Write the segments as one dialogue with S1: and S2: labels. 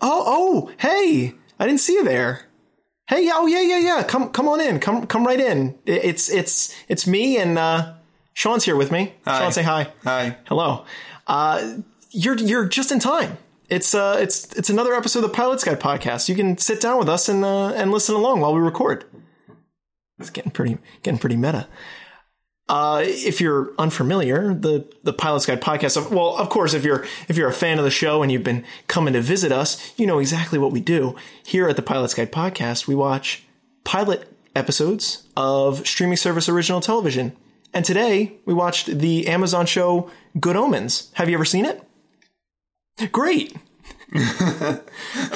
S1: Oh, oh, hey! I didn't see you there. Hey, oh yeah, yeah, yeah. Come, come on in. Come, come right in. I- It's, it's, it's me and uh, Sean's here with me.
S2: Hi.
S1: Sean, say hi.
S2: Hi.
S1: Hello. Uh, you're, you're just in time. It's, uh, it's, it's another episode of the Pilot's Guide podcast. You can sit down with us and, uh, and listen along while we record. It's getting pretty, getting pretty meta. Uh, if you're unfamiliar, the the Pilot's Guide podcast. Well, of course, if you're if you're a fan of the show and you've been coming to visit us, you know exactly what we do here at the Pilot's Guide podcast. We watch pilot episodes of streaming service original television, and today we watched the Amazon show Good Omens. Have you ever seen it? Great. All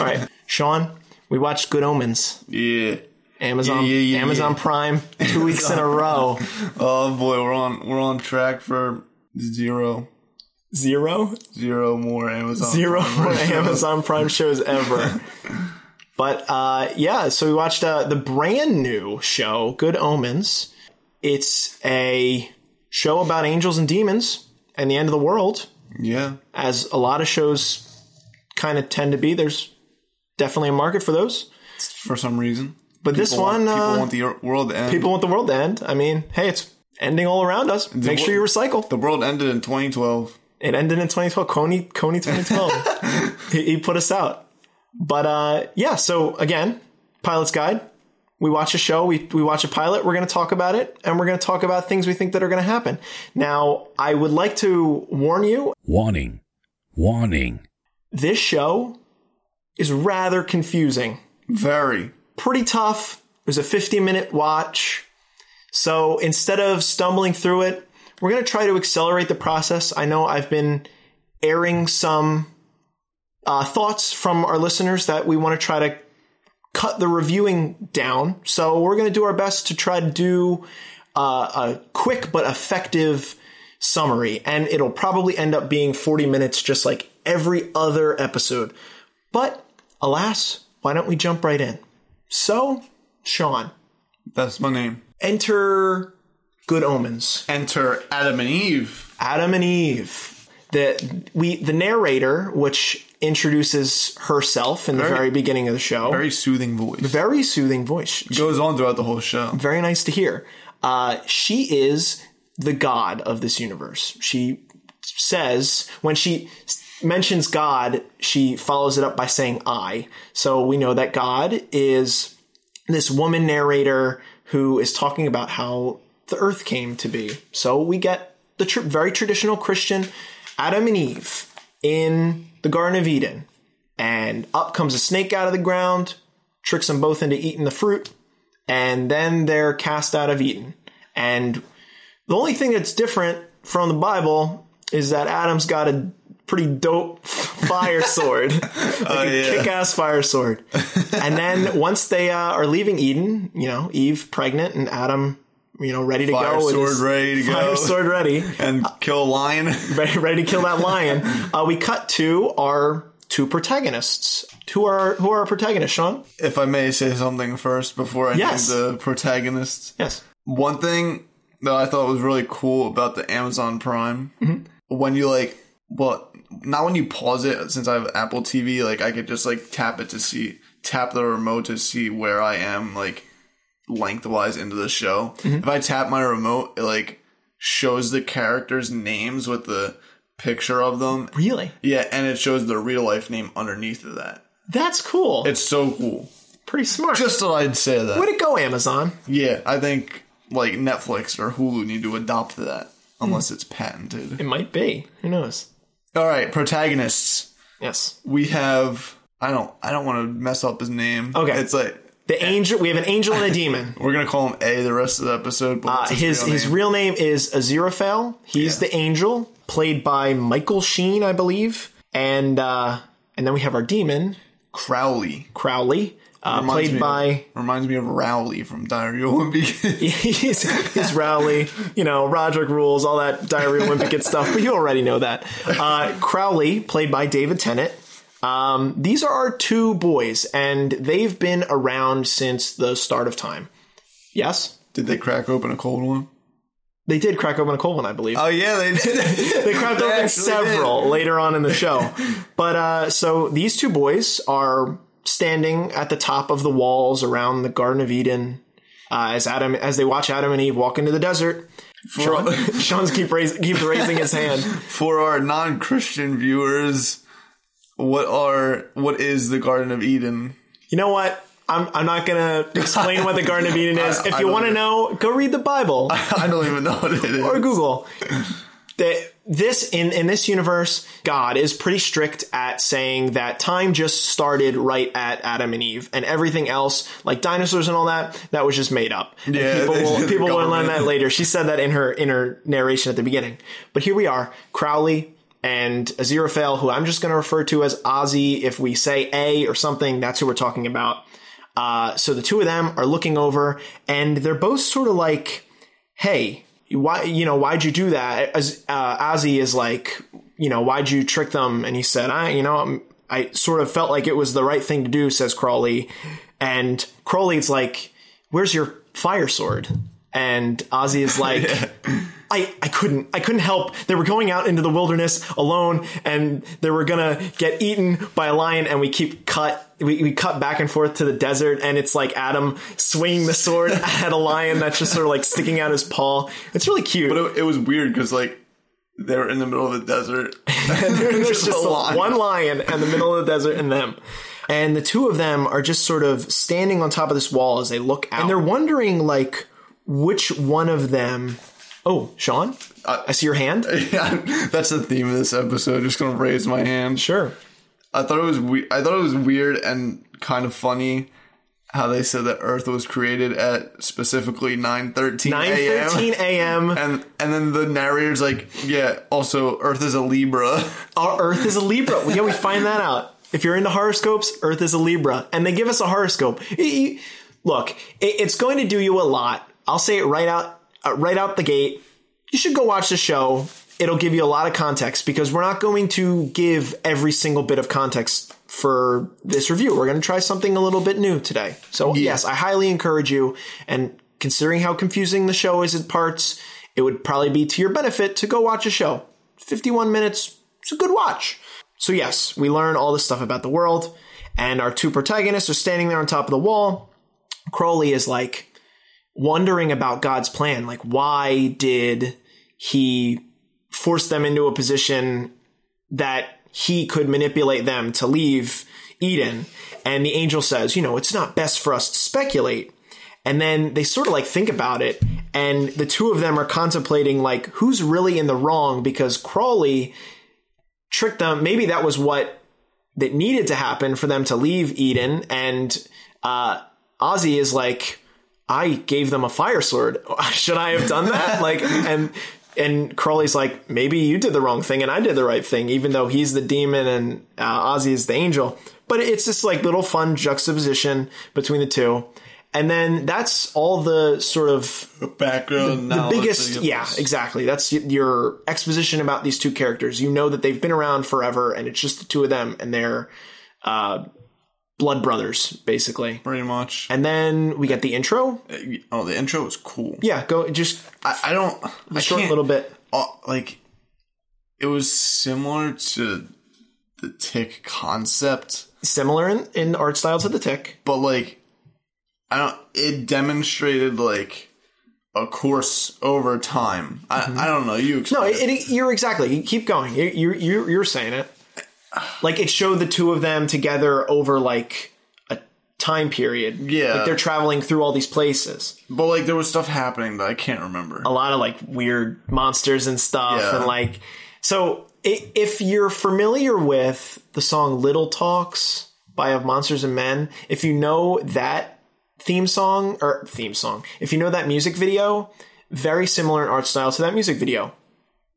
S1: right, Sean. We watched Good Omens,
S2: Yeah.
S1: Amazon,
S2: Yeah, yeah, yeah, yeah.
S1: Amazon Prime, two weeks in a row.
S2: Oh boy, we're on we're on track for zero
S1: Zero.
S2: zero more Amazon.
S1: zero
S2: Prime
S1: more
S2: shows.
S1: Amazon Prime shows ever. but uh, yeah, so we watched uh, the brand new show, Good Omens. It's a show about angels and demons and the end of the world,
S2: Yeah.
S1: as a lot of shows kind of tend to be. There's definitely a market for those.
S2: For some reason.
S1: But this
S2: People want-
S1: one,
S2: people
S1: uh,
S2: want the er- world to end.
S1: people want the world to end. I mean, hey, it's ending all around us. Make sure you recycle.
S2: the world ended in 2012.
S1: It ended in 2012. Coney, Coney 2012. he, he put us out. But uh, yeah, so again, Pilot's Guide. We watch a show, we, we watch a pilot, we're going to talk about it, and we're going to talk about things we think that are going to happen. Now, I would like to warn you
S3: Warning. Warning.
S1: this show is rather confusing,
S2: Very.
S1: pretty tough. It was a 50 minute watch. So instead of stumbling through it, we're going to try to accelerate the process. I know I've been airing some uh, thoughts from our listeners that we want to try to cut the reviewing down. So we're going to do our best to try to do uh, a quick but effective summary, and it'll probably end up being 40 minutes, just like every other episode. But alas, why don't we jump right in? So, Sean,
S2: That's my name.
S1: enter Good Omens.
S2: Enter Adam and Eve.
S1: Adam and Eve. The we the narrator, which introduces herself in the
S2: Very-
S1: very beginning of the show, very,
S2: Very soothing voice.
S1: soothing voice,
S2: Goes on throughout the whole show.
S1: very nice to hear. Uh, she is the god of this universe. She says when she s- mentions God, she follows it up by saying "I." So we know that God is this woman narrator who is talking about how the earth came to be. So we get the tr- very traditional Christian Adam and Eve in the Garden of Eden. And up comes a snake out of the ground, tricks them both into eating the fruit, and then they're cast out of Eden. And the only thing that's different from the Bible is that Adam's got a pretty dope fire sword, like a
S2: Oh, yeah.
S1: kick-ass fire sword. And then once they uh, are leaving Eden, you know, Eve pregnant and Adam, you know, ready to
S2: Fire
S1: go, with
S2: sword
S1: his
S2: ready to
S1: fire
S2: go.
S1: sword ready,
S2: And kill a lion.
S1: ready, ready to kill that lion. Uh, we cut to our two protagonists. Who are who are our protagonists, Sean?
S2: if I may say something first before I
S1: Yes.
S2: name the protagonists.
S1: Yes.
S2: One thing that I thought was really cool about the Amazon Prime, when you like, well, not when you pause it, since I have Apple TV, like I could just like tap it to see, tap the remote to see where I am, like lengthwise into the show. If I tap my remote, it like shows the characters' names with the picture of them.
S1: Really?
S2: Yeah, and it shows their real life name underneath of that.
S1: That's cool.
S2: It's so cool.
S1: pretty smart.
S2: Just thought I'd say that.
S1: Way to go, Amazon.
S2: Yeah, I think like Netflix or Hulu need to adopt that
S1: Hmm.
S2: unless it's patented.
S1: It might be. Who knows?
S2: All right, protagonists.
S1: Yes.
S2: We have I don't I don't want to mess up his name.
S1: Okay.
S2: it's like
S1: The angel. We have an angel and a demon.
S2: we're gonna call him A the rest of the episode. But
S1: Uh,
S2: what's
S1: his his
S2: name?
S1: real name is Aziraphale. He's the angel, played by Michael Sheen, I believe. And uh, and then we have our demon
S2: Crowley,
S1: Crowley, uh,
S2: Reminds me
S1: played
S2: of-
S1: by
S2: reminds me of Rowley from Diary of a Wimpy.
S1: he's, he's Rowley, you know, Roderick rules, all that diarrhea wimpicate stuff, but you already know that. Uh, Crowley, played by David Tennant. Um, these are our two boys, and they've been around since the start of time. Yes?
S2: Did they crack open a cold one?
S1: They did crack open a cold one, I believe.
S2: Oh yeah, they did.
S1: they cracked open
S2: actually
S1: several later on in the show. but uh, so these two boys are standing at the top of the walls around the Garden of Eden uh, as Adam as they watch Adam and Eve walk into the desert. Sean, Sean's keep raise, keeps raising his hand.
S2: For our non-Christian viewers, what are what is the Garden of Eden?
S1: You know what? I'm, I'm not gonna explain what the Garden of Eden is.
S2: I-
S1: If
S2: I
S1: you
S2: don't
S1: want to
S2: either.
S1: know, go read the Bible.
S2: I don't even know what it is.
S1: or Google. That this in in this universe, God is pretty strict at saying that time just started right at Adam and Eve, and everything else, like dinosaurs and all that, that was just made up. And
S2: Yeah,
S1: people
S2: they-
S1: will
S2: the
S1: people will learn
S2: government.
S1: that later. She said that in her in her narration at the beginning. But here we are, Crowley and Aziraphale, who I'm just going to refer to as Ozzy. If we say A or something, that's who we're talking about. Uh, so the two of them are looking over, and they're both sort of like hey why you know why'd you do that as uh, ozzy is like you know why'd you trick them and he said i you know I'm, i sort of felt like it was the right thing to do says crawley and crawley's like where's your fire sword and ozzy is like I, I couldn't I couldn't help. They were going out into the wilderness alone, and they were gonna get eaten by a lion. And we keep cut we, we cut back and forth to the desert, and it's like Adam swinging the sword at a lion that's just sort of like sticking out his paw. It's really cute.
S2: But it, it was weird because like they were in the middle of the desert.
S1: There's just
S2: a lion.
S1: one lion in the middle of the desert and them. And the two of them are just sort of standing on top of this wall as they look out. And they're wondering, like, which one of them. Oh, Sean? I see your hand?
S2: yeah, that's the theme of this episode. Just gonna raise my hand.
S1: Sure.
S2: I thought it was we- I thought it was weird and kind of funny how they said that Earth was created at specifically nine thirteen
S1: Nine
S2: a.m.
S1: thirteen a.m.
S2: And and then the narrator's like, yeah. Also, Earth is a Libra.
S1: Our Earth is a Libra. Well, yeah, we find that out. If you're into horoscopes, Earth is a Libra, and they give us a horoscope. Y- y- Look, it, it's going to do you a lot. I'll say it right out, uh, right out the gate. You should go watch the show. It'll give you a lot of context because we're not going to give every single bit of context for this review. We're going to try something a little bit new today. So yes, I highly encourage you. And considering how confusing the show is at parts, it would probably be to your benefit to go watch a show. 51 minutes. It's a good watch. So, yes, we learn all this stuff about the world, and our two protagonists are standing there on top of the wall. Crowley is like wondering about God's plan. Like, why did he force them into a position that he could manipulate them to leave Eden? And the angel says, you know, it's not best for us to speculate. And then they sort of like think about it, and the two of them are contemplating like who's really in the wrong because Crawley tricked them. Maybe that was what that needed to happen for them to leave Eden. And uh, Ozzy is like, I gave them a fire sword. Should I have done that? like, and and Crawley's like, maybe you did the wrong thing and I did the right thing, even though he's the demon and uh, Ozzy is the angel. But it's this like little fun juxtaposition between the two. And then that's all the sort of
S2: Background. The
S1: biggest yeah exactly that's y- your exposition about these two characters you know that they've been around forever and it's just the two of them and they're uh, blood brothers basically
S2: Pretty much.
S1: and then we get the intro
S2: Oh, the intro was cool.
S1: yeah go just
S2: I, I don't. I
S1: a short
S2: can't-
S1: little bit
S2: uh, like it was similar to the tick concept
S1: similar in, in art style to the tick
S2: but like i don't it demonstrated like a course over time I, I don't know you
S1: no
S2: explain
S1: it, it- you're exactly you keep going you, you, you, you're saying it like it showed the two of them together over like a time period
S2: Yeah.
S1: like they're traveling through all these places
S2: but like there was stuff happening that i can't remember
S1: a lot of like weird monsters and stuff
S2: Yeah.
S1: and like so i- if you're familiar with the song little talks by of monsters and men if you know that theme song or theme song if you know that music video very similar in art style to that music video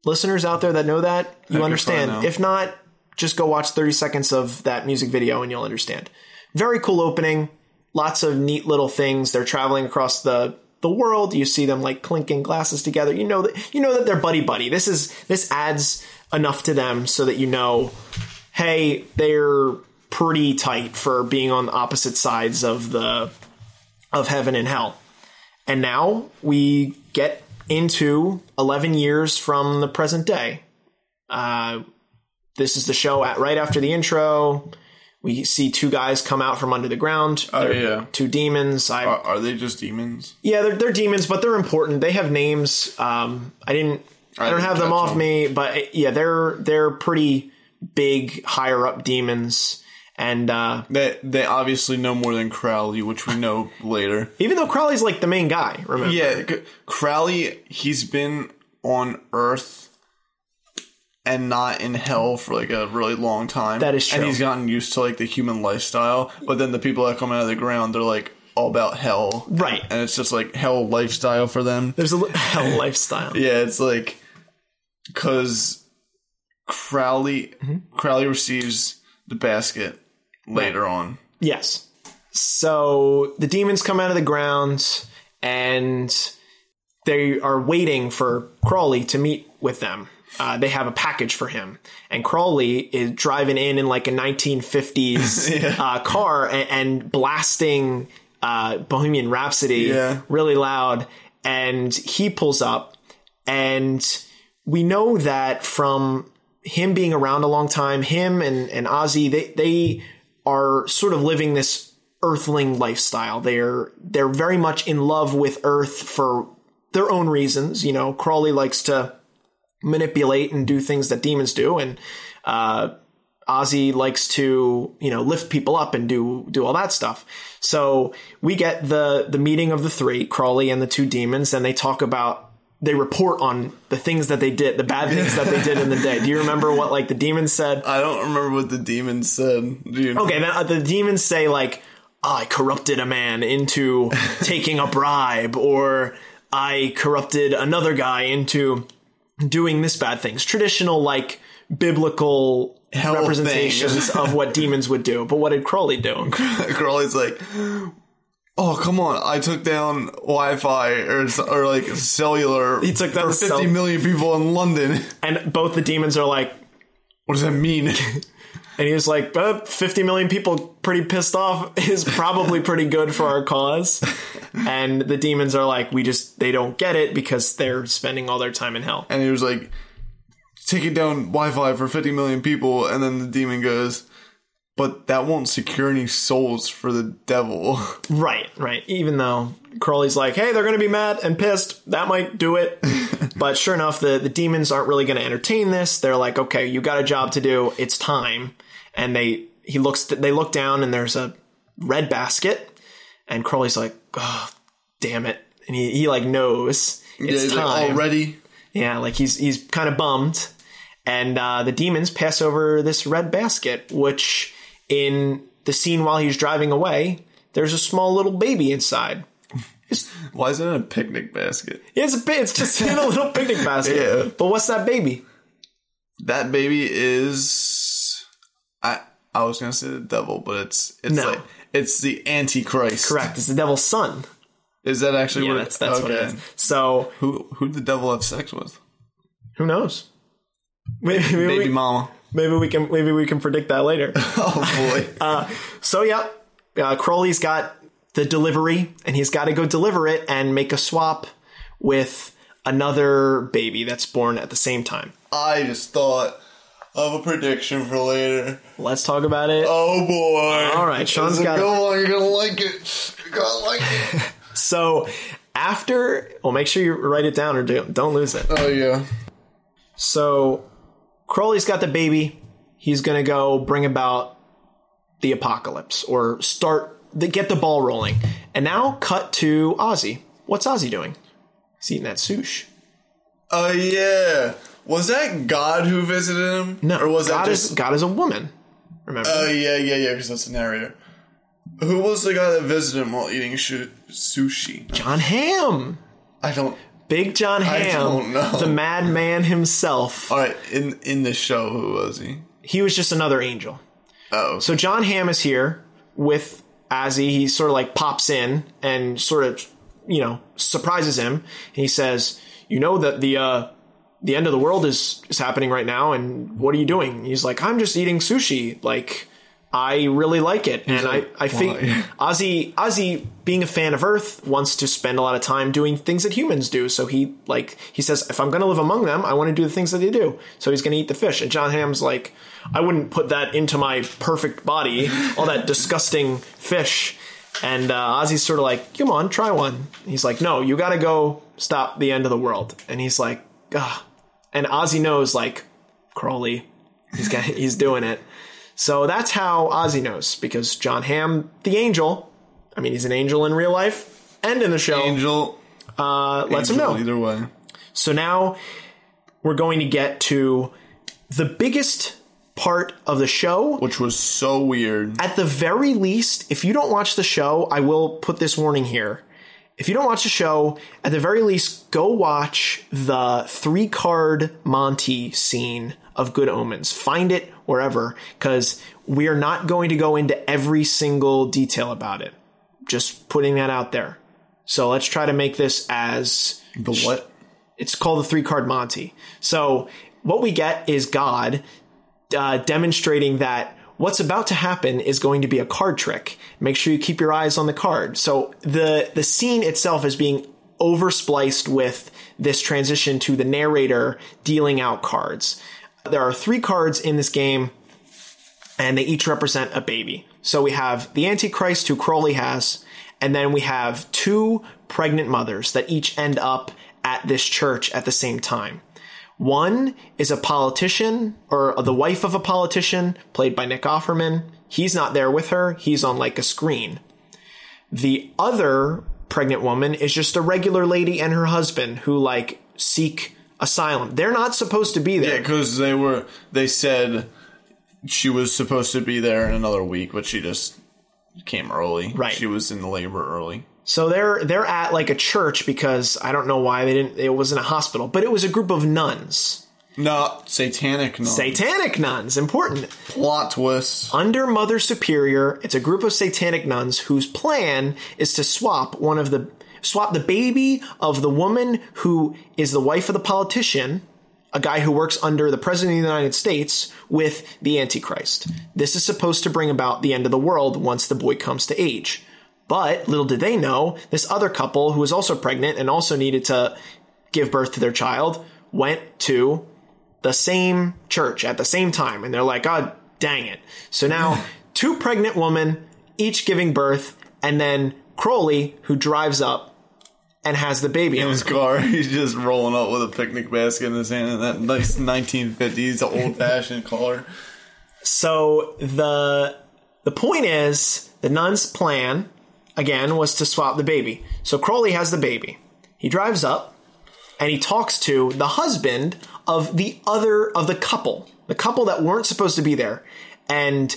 S1: listeners out there that know that you
S2: now.
S1: understand if not just go watch 30 seconds of that music video and you'll understand very cool opening lots of neat little things. They're traveling across the the world. You see them like clinking glasses together. You know that you know that they're buddy buddy. This is this adds enough to them so that you know, hey, they're pretty tight for being on opposite sides of the of heaven and hell. And now we get into 11 years from the present day. Uh, this is the show at right after the intro. We see two guys come out from under the ground.
S2: Oh,
S1: They're
S2: yeah.
S1: Two demons. I,
S2: Are, are they just demons?
S1: yeah, they're, they're demons, but they're important. They have names. Um, I didn't. I don't
S2: didn't
S1: have them
S2: catch
S1: off
S2: them.
S1: me, but uh, yeah, they're they're pretty big, higher up demons. And uh,
S2: They they obviously know more than Crowley, which we know later.
S1: even though Crowley's like the main guy, remember?
S2: Yeah, C- Crowley, he's been on Earth and not in hell for like a really long time.
S1: That is
S2: And
S1: true.
S2: he's gotten used to like the human lifestyle, but then the people that come out of the ground, they're like all about hell.
S1: Right.
S2: And it's just like hell lifestyle for them.
S1: There's a li- hell lifestyle.
S2: Yeah, it's like cuz Crowley
S1: Mm-hmm.
S2: Crowley receives the basket later on.
S1: Yes. So the demons come out of the ground and they are waiting for Crawley to meet with them. Uh, they have a package for him, and Crawley is driving in in like a 1950s uh, car and, and blasting uh, Bohemian Rhapsody
S2: Yeah.
S1: really loud. And he pulls up, and we know that from him being around a long time, him and, and Ozzy, they, they are sort of living this earthling lifestyle. They're, they're very much in love with Earth for their own reasons. You know, Crawley likes to manipulate and do things that demons do, and uh, Ozzy likes to you know lift people up and do do all that stuff. So we get the the meeting of the three, Crawley and the two demons, and they talk about they report on the things that they did, the bad things that they did in the day. Do you remember what like the demons said?
S2: I don't remember what the demon said, dude.
S1: Okay, then uh, the demons say like, "Ah, "I corrupted a man into taking a bribe," or "I corrupted another guy into doing this bad things." Traditional like biblical
S2: Hell
S1: representations of what demons would do. But what did Crowley do?
S2: Crowley's like, oh come on, I took down Wi-Fi or s- or like cellular. He
S1: took down
S2: for
S1: the
S2: fifty
S1: cell-
S2: million people in London.
S1: And both the demons are like,
S2: What does that mean?
S1: and he was like, uh, "50 million people pretty pissed off is probably pretty good for our cause." And the demons are like, "We just they don't get it because they're spending all their time in hell."
S2: and he was like, taking down Wi-Fi for fifty million people, and then the demon goes. But that won't secure any souls for the devil.
S1: Right, right. Even though Crowley's like, hey, they're going to be mad and pissed. That might do it. but sure enough, the, the demons aren't really going to entertain this. They're like, okay, you got a job to do. It's time. And they he looks they look down and there's a red basket. And Crowley's like, oh, damn it. And he, he like knows it's
S2: he's like, "Oh,
S1: time.
S2: already.
S1: Yeah, like he's he's kind of bummed, and uh, the demons pass over this red basket, which in the scene while he's driving away, there's a small little baby inside.
S2: Why is it in a picnic basket?
S1: It's a bit, it's just in a little picnic basket.
S2: Yeah.
S1: But what's that baby?
S2: That baby is. I I was gonna say the devil, but it's it's
S1: No.
S2: like it's the Antichrist.
S1: Correct. It's the devil's son.
S2: Is that actually
S1: Yeah,
S2: what?
S1: that's that's what it is. So
S2: Who who did the devil have sex with?
S1: who knows? Maybe, maybe,
S2: Baby
S1: we,
S2: mama.
S1: maybe we can maybe we can predict that later.
S2: Oh boy.
S1: So yeah, uh, Crowley's got the delivery, and he's got to go deliver it and make a swap with another baby that's born at the same time.
S2: I just thought of a prediction for later.
S1: Let's talk about it.
S2: Oh boy.
S1: All right,
S2: This
S1: Sean's
S2: is a
S1: got
S2: good
S1: it.
S2: one. You're gonna like it. You're gonna like it.
S1: So after, well, make sure you write it down or do, don't lose it.
S2: Oh yeah.
S1: So Crowley's got the baby. He's gonna go bring about the apocalypse or start the, get the ball rolling. And now cut to Ozzy. What's Ozzy doing? He's eating that sushi.
S2: Oh yeah. Was that God who visited him?
S1: No,
S2: Or was
S1: God
S2: that just?
S1: is God is a woman. Remember?
S2: Oh yeah, yeah, yeah. Because that's the narrator. Who was the guy that visited him while eating shu- sushi?
S1: John Ham.
S2: I don't.
S1: Big John
S2: don't
S1: Ham,
S2: know.
S1: the madman himself.
S2: All right. In in the show, who was he?
S1: He was just another angel.
S2: Oh.
S1: So John Ham is here with Ozzy. He sort of like pops in and sort of, you know, surprises him. And he says, "You know that the uh the end of the world is is happening right now and what are you doing?" And he's like, "I'm just eating sushi." Like I really like it, and
S2: like,
S1: I, I think
S2: "Why?"
S1: Ozzy Ozzy being a fan of Earth wants to spend a lot of time doing things that humans do. So he like he says, if I'm going to live among them, I want to do the things that they do. So he's going to eat the fish. And John Hamm's like, I wouldn't put that into my perfect body, all that disgusting fish. And uh, Ozzy's sort of like, come on, try one. He's like, no, you got to go stop the end of the world. And he's like, ah. And Ozzy knows like Crowley, he's got, he's doing it. So that's how Ozzy knows because John Hamm, the angel, I mean, he's an angel in real life and in the show,
S2: Angel
S1: uh, lets him
S2: Angel
S1: know.
S2: Either way,
S1: So now we're going to get to the biggest part of the show.
S2: which was so weird.
S1: At the very least, if you don't watch the show, I will put this warning here. If you don't watch the show, at the very least, go watch the three card Monty scene of Good Omens. Find it wherever, because we are not going to go into every single detail about it. Just putting that out there. So let's try to make this as
S2: The what?
S1: it's called the three card Monty. So what we get is God uh, demonstrating that what's about to happen is going to be a card trick. Make sure you keep your eyes on the card. So the the scene itself is being overspliced with this transition to the narrator dealing out cards. There are three cards in this game, and they each represent a baby. So we have the Antichrist, who Crowley has, and then we have two pregnant mothers that each end up at this church at the same time. One is a politician or the wife of a politician, played by Nick Offerman. He's not there with her, he's on like a screen. The other pregnant woman is just a regular lady and her husband who like seek asylum. They're not supposed to be there.
S2: Because they were. They said she was supposed to be there in another week, but she just came early.
S1: Right.
S2: She was in labor early.
S1: So they're they're at like a church because I don't know why they didn't. It wasn't a hospital, but it was a group of nuns,
S2: No, satanic. No.
S1: satanic nuns. Important
S2: plot twist.
S1: under Mother Superior, it's a group of satanic nuns whose plan is to swap one of the swap the baby of the woman who is the wife of the politician, a guy who works under the president of the United States, with the Antichrist. This is supposed to bring about the end of the world once the boy comes to age. But little did they know, this other couple who was also pregnant and also needed to give birth to their child went to the same church at the same time and they're like god dang it so now two pregnant women each giving birth and then crowley who drives up and has the baby on
S2: His car, he's just rolling up with a picnic basket in his hand, and that nice 1950s old fashioned collar.
S1: so the the point is the nun's plan again was to swap the baby so crowley has the baby he drives up and he talks to the husband of the other of the couple the couple that weren't supposed to be there and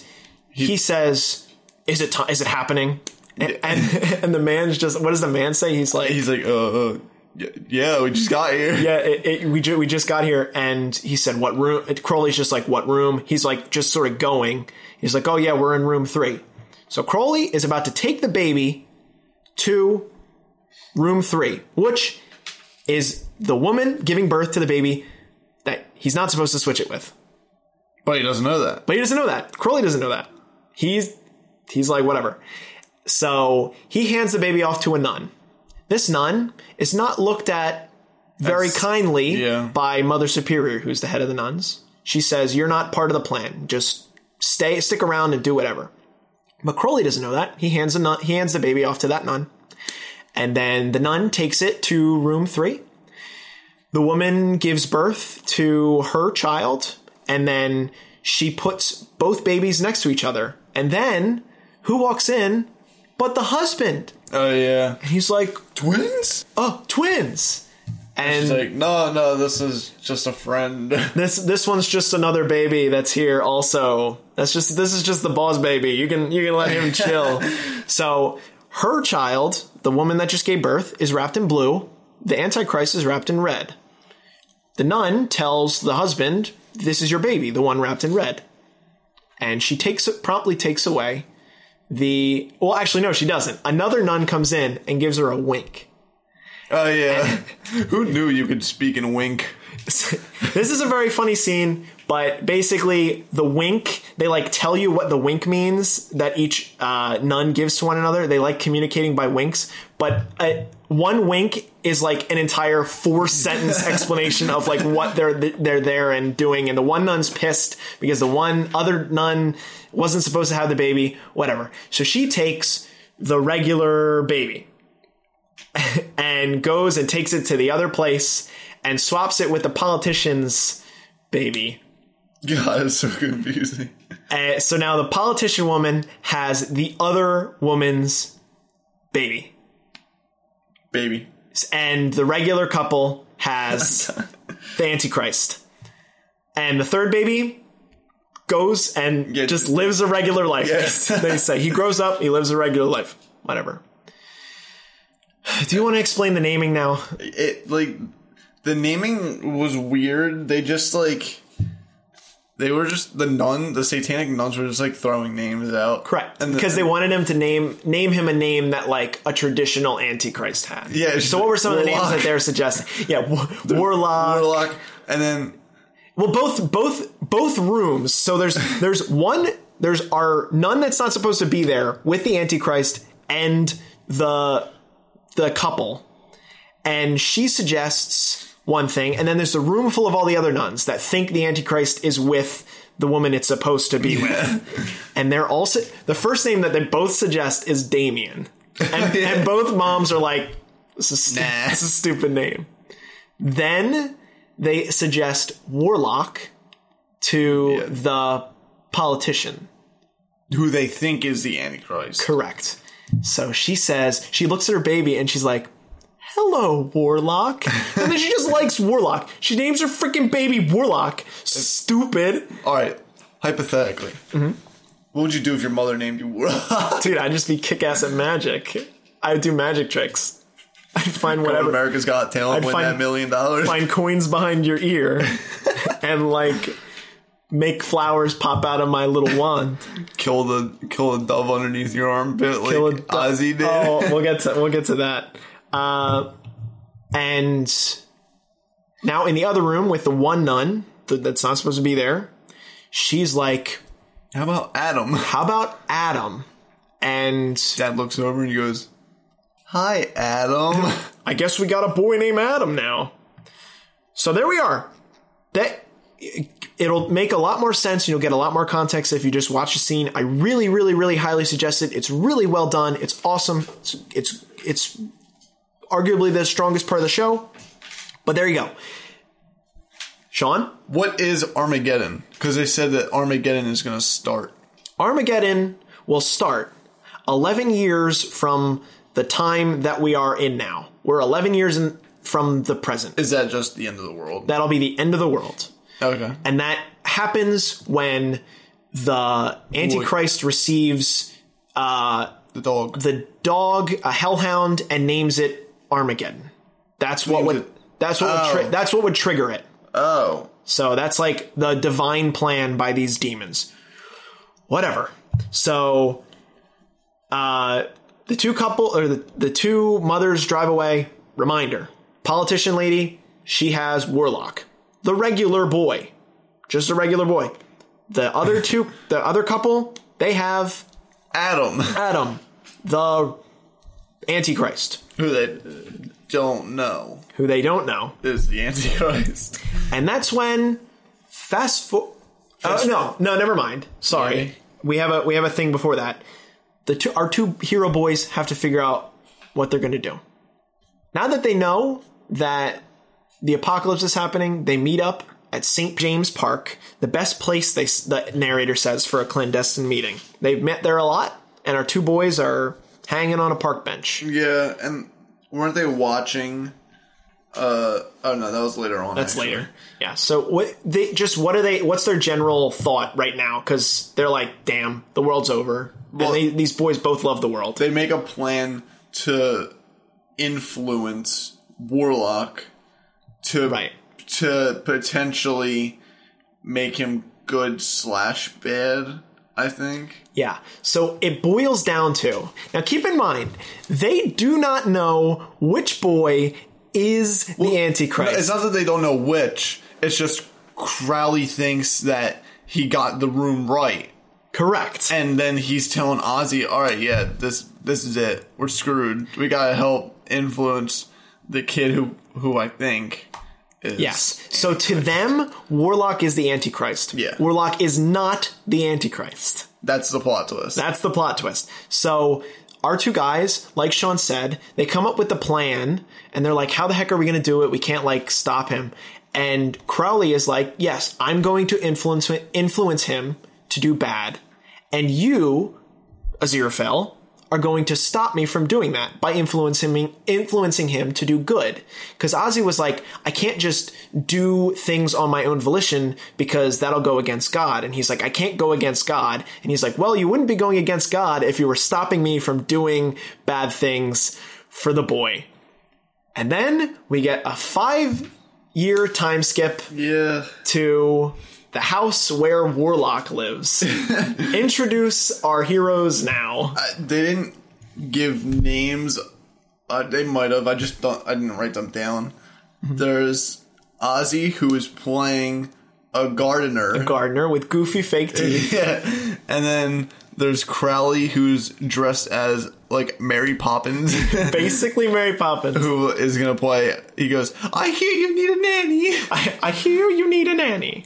S1: he, says is it ti is it happening and, and and the man's just what does the man say he's like
S2: He's like, uh, uh y- yeah, we just got here.
S1: yeah, it, it, we ju- we just got here, and he said, "What room?" Crowley's just like, "What room?" He's like, just sort of going. He's like, "Oh yeah, we're in room three. So Crowley is about to take the baby to room three, which is the woman giving birth to the baby that he's not supposed to switch it with.
S2: But he doesn't know that.
S1: But he doesn't know that. Crowley doesn't know that. He's he's like whatever. So he hands the baby off to a nun. This nun is not looked at very
S2: That's-
S1: kindly
S2: yeah.
S1: by Mother Superior, who's the head of the nuns. She says, "You're not part of the plan. Just stay, stick around, and do whatever." But Crowley doesn't know that. He hands a nun, he hands the baby off to that nun, and then the nun takes it to room three. The woman gives birth to her child, and then she puts both babies next to each other. And then who walks in? But the husband.
S2: Oh, yeah.
S1: And he's like,
S2: Twins?
S1: "Oh, twins!" And
S2: He's like, no, no, this is just a friend.
S1: this this one's just another baby that's here also that's just this is just the boss baby you can you can let him chill so her child the woman that just gave birth is wrapped in blue the antichrist is wrapped in red the nun tells the husband this is your baby the one wrapped in red and she takes promptly takes away the well actually no she doesn't another nun comes in and gives her a wink
S2: Oh, yeah. Who knew you could speak and wink?
S1: this is a very funny scene, But basically, the wink, they like tell you what the wink means that each uh, nun gives to one another. They like communicating by winks, but uh, one wink is like an entire four sentence explanation of like what they're they're there and doing. And the one nun's pissed because the one other nun wasn't supposed to have the baby, whatever. So she takes the regular baby and goes and takes it to the other place and swaps it with the politician's baby.
S2: God, it's so confusing.
S1: Uh, so now the politician woman has the other woman's baby,
S2: Baby.
S1: and the regular couple has the Antichrist. And the third baby goes and
S2: Yeah.
S1: just lives a regular life.
S2: Yes.
S1: they say he grows up, he lives a regular life. Whatever. Do you want to explain the naming now?
S2: It like the naming was weird. They just like they were just the nun, the satanic nuns were just like throwing names out.
S1: Correct,
S2: And the-
S1: because they wanted him to name name him a name that like a traditional antichrist had.
S2: Yeah, it's
S1: So what were some of the names
S2: Warlock.
S1: that they're suggesting? Yeah, Wa- warlock.
S2: Warlock, and then
S1: Well, both both both rooms. So there's there's one there's our none that's not supposed to be there with the antichrist and the the couple, and she suggests one thing, and then there's the room full of all the other nuns that think the antichrist is with the woman it's supposed to be with. and they're also the first name that they both suggest is Damien, and, and both moms are like, "This is stu-
S2: Nah.
S1: this is a stupid name." Then they suggest Warlock to
S2: Yeah.
S1: the politician.
S2: who they think is the Antichrist.
S1: Correct. So she says she looks at her baby and she's like. Hello, Warlock. And then she just likes Warlock. She names her freaking baby Warlock. Stupid.
S2: All right, hypothetically,
S1: Mm-hmm.
S2: what would you do if your mother named you Warlock?
S1: Dude, I'd just be kick ass at magic. I would do magic tricks. I'd find whatever.
S2: America's Got Talent,
S1: I'd
S2: win
S1: find-
S2: that million dollars.
S1: find coins behind your ear and like make flowers pop out of my little wand.
S2: kill the kill a dove underneath your armpit like
S1: Kill a dove.
S2: Ozzy did.
S1: Oh, we'll get to we'll get to that. Uh, and now in the other room with the one nun th- that's not supposed to be there, she's like,
S2: How about Adam?
S1: "How about Adam?" And
S2: Dad looks over and he goes, "Hi, Adam."
S1: I guess we got a boy named Adam now. So there we are. That it'll make a lot more sense and you'll get a lot more context if you just watch the scene. I really, really, really highly suggest it. It's really well done. It's awesome. It's it's, it's arguably the strongest part of the show. But there you go. Sean,
S2: what is Armageddon? Because they said that Armageddon is going to start.
S1: Armageddon will start 11 years from the time that we are in now. We're 11 years in, from the present.
S2: Is that just the end of the world?
S1: That'll be the end of the world.
S2: okay.
S1: and that happens when the antichrist receives
S2: The dog.
S1: the dog a hellhound and names it armageddon that's what
S2: Names
S1: would
S2: it-
S1: that's what would tri-
S2: Oh.
S1: that's what would trigger it
S2: oh,
S1: so that's like the divine plan by these demons whatever so uh the two couple or the, the two mothers drive away reminder politician lady she has warlock the regular boy just a regular boy the other two the other couple they have
S2: Adam.
S1: adam the antichrist
S2: Who they uh, don't know
S1: who they don't know
S2: is the Antichrist.
S1: and that's when fast forward oh no no never mind sorry
S2: Yeah.
S1: we have a we have a thing before that the two our two hero boys have to figure out what they're going to do now that they know that the apocalypse is happening they meet up at St. James Park, the best place they s- the narrator says for a clandestine meeting. They've met there a lot and our two boys are hanging on a park bench.
S2: Yeah, and weren't they watching? Uh, oh no, that was later on.
S1: That's later. Yeah. So what they just what are they? What's their general thought right now? Because they're like, damn, the world's over.
S2: Well-
S1: and they, these boys both love the world.
S2: They make a plan to influence Warlock to
S1: Right.
S2: to potentially make him good slash bad. I think.
S1: yeah. So it boils down to now. Keep in mind, they do not know which boy is the
S2: It's
S1: Antichrist.
S2: not that they don't know which. It's just Crowley thinks that he got the room right.
S1: Correct.
S2: And then he's telling Ozzy, "All right, yeah, this this is it. We're screwed. We gotta help influence the kid who who I think is
S1: Yes. So to them, Warlock is the Antichrist.
S2: Yeah.
S1: Warlock is not the Antichrist.
S2: That's the plot twist.
S1: That's the plot twist. So our two guys, like Sean said, they come up with the plan and they're like, how the heck are we going to do it? We can't like stop him. And Crowley is like, yes, I'm going to influence influence him to do bad. And you, Aziraphale, are going to stop me from doing that by influencing me, influencing him to do good. Because Ozzy was like, I can't just do things on my own volition because that'll go against God. And he's like, I can't go against God. And he's like, Well, you wouldn't be going against God if you were stopping me from doing bad things for the boy. And then we get a five year time skip
S2: yeah.
S1: to the house where Warlock lives. Introduce our heroes now.
S2: They didn't give names. Uh, they might have. I just don't. I didn't write them down.
S1: Mm-hmm.
S2: There's Ozzy who is playing a gardener.
S1: Gardner with goofy fake teeth.
S2: yeah. And then there's Crowley who's dressed as like Mary Poppins
S1: Basically, Mary Poppins.
S2: who is going to play he goes, "I hear you need a nanny."
S1: I, I hear you need a nanny.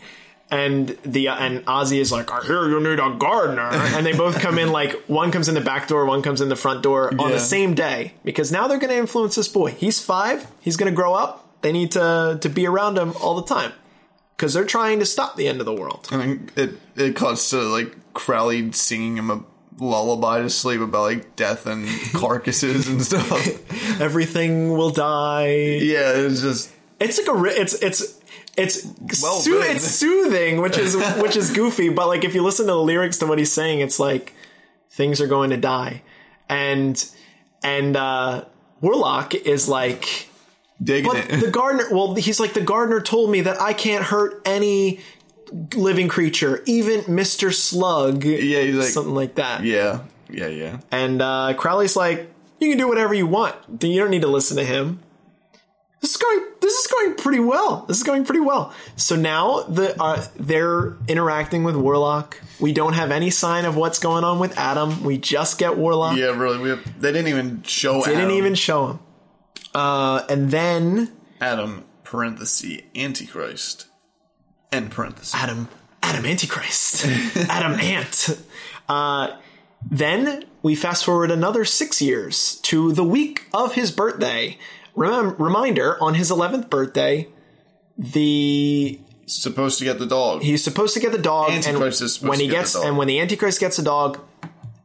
S1: And the uh, and Ozzy is like, I hear you need a gardener. And they both come in like one comes in the back door, one comes in the front door on
S2: Yeah.
S1: the same day because now they're going to influence this boy. He's five. He's going to grow up. They need to to be around him all the time because they're trying to stop the end of the world.
S2: And then it it cuts to like Crowley singing him a lullaby to sleep about like death and carcasses and stuff.
S1: Everything will die.
S2: Yeah, it's just
S1: It's like a ri- it's it's it's
S2: Well
S1: soo-
S2: written.
S1: it's soothing, which is which is goofy, but like if you listen to the lyrics to what he's saying, it's like things are going to die, and and uh, Warlock is like.
S2: digging
S1: But
S2: it.
S1: the gardener, well, he's like the gardener told me that I can't hurt any living creature, even Mister Slug,
S2: yeah, he's like
S1: something like that.
S2: yeah. Yeah, yeah.
S1: And uh, Crowley's like, "You can do whatever you want. You don't need to listen to him." This is going. This is going pretty well. This is going pretty well. So now the uh, they're interacting with Warlock. We don't have any sign of what's going on with Adam. We just get Warlock.
S2: Yeah, really. We have, they didn't even show
S1: They didn't
S2: Adam-
S1: even show him. Uh, and then
S2: Adam parenthesis Antichrist end parenthesis.
S1: Adam, Adam Antichrist, Adam Ant. Uh, then we fast forward another six years to the week of his birthday. Remem- reminder on his 11th birthday, the
S2: supposed to get the dog.
S1: he's supposed to get the dog.
S2: Antichrist
S1: and
S2: is supposed
S1: when
S2: to
S1: he
S2: get the
S1: gets
S2: dog.
S1: and when the Antichrist gets the dog,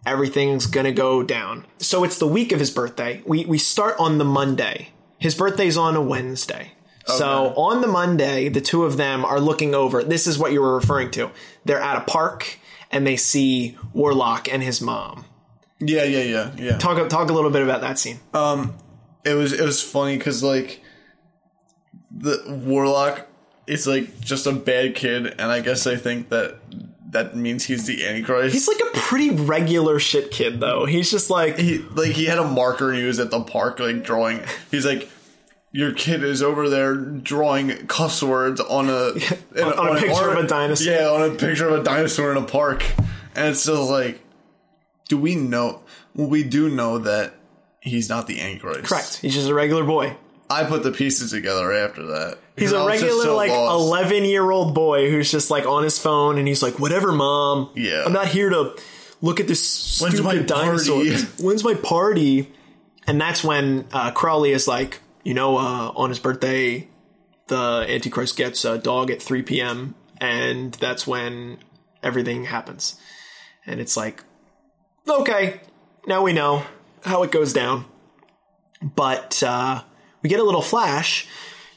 S1: everything's gonna go down. So it's the week of his birthday. We we start on the Monday. His birthday's on a Wednesday. So on the Monday, the two of them are looking over. This is what you were referring to. They're at a park and they see Warlock and his mom.
S2: yeah, yeah, yeah, yeah.
S1: Talk talk a little bit about that scene.
S2: it was it was funny because like the warlock is like just a bad kid, and I guess I think that that means he's the Antichrist.
S1: He's like a pretty regular shit kid though. He's just like
S2: he like he had a marker and he was at the park like drawing. He's like. Your kid is over there drawing cuss words on a in-
S1: on a
S2: an
S1: picture
S2: art-
S1: of a dinosaur.
S2: Yeah, on a picture of a dinosaur in a park, and it's just like, do we know? Well, we do know that he's not the Antichrist.
S1: correct. He's just a regular boy.
S2: I put the pieces together after that.
S1: He's a regular like eleven year old boy who's just like on his phone and he's like, "Whatever, mom.
S2: Yeah.
S1: I'm not here to look at this
S2: When's my
S1: stupid dinosaur.
S2: party?"
S1: When's my party?" And that's when uh, Crowley is like, "You know, uh, on his birthday, the Antichrist gets a dog at 3 p.m. and that's when everything happens." And it's like, okay, now we know how it goes down. But uh, we get a little flash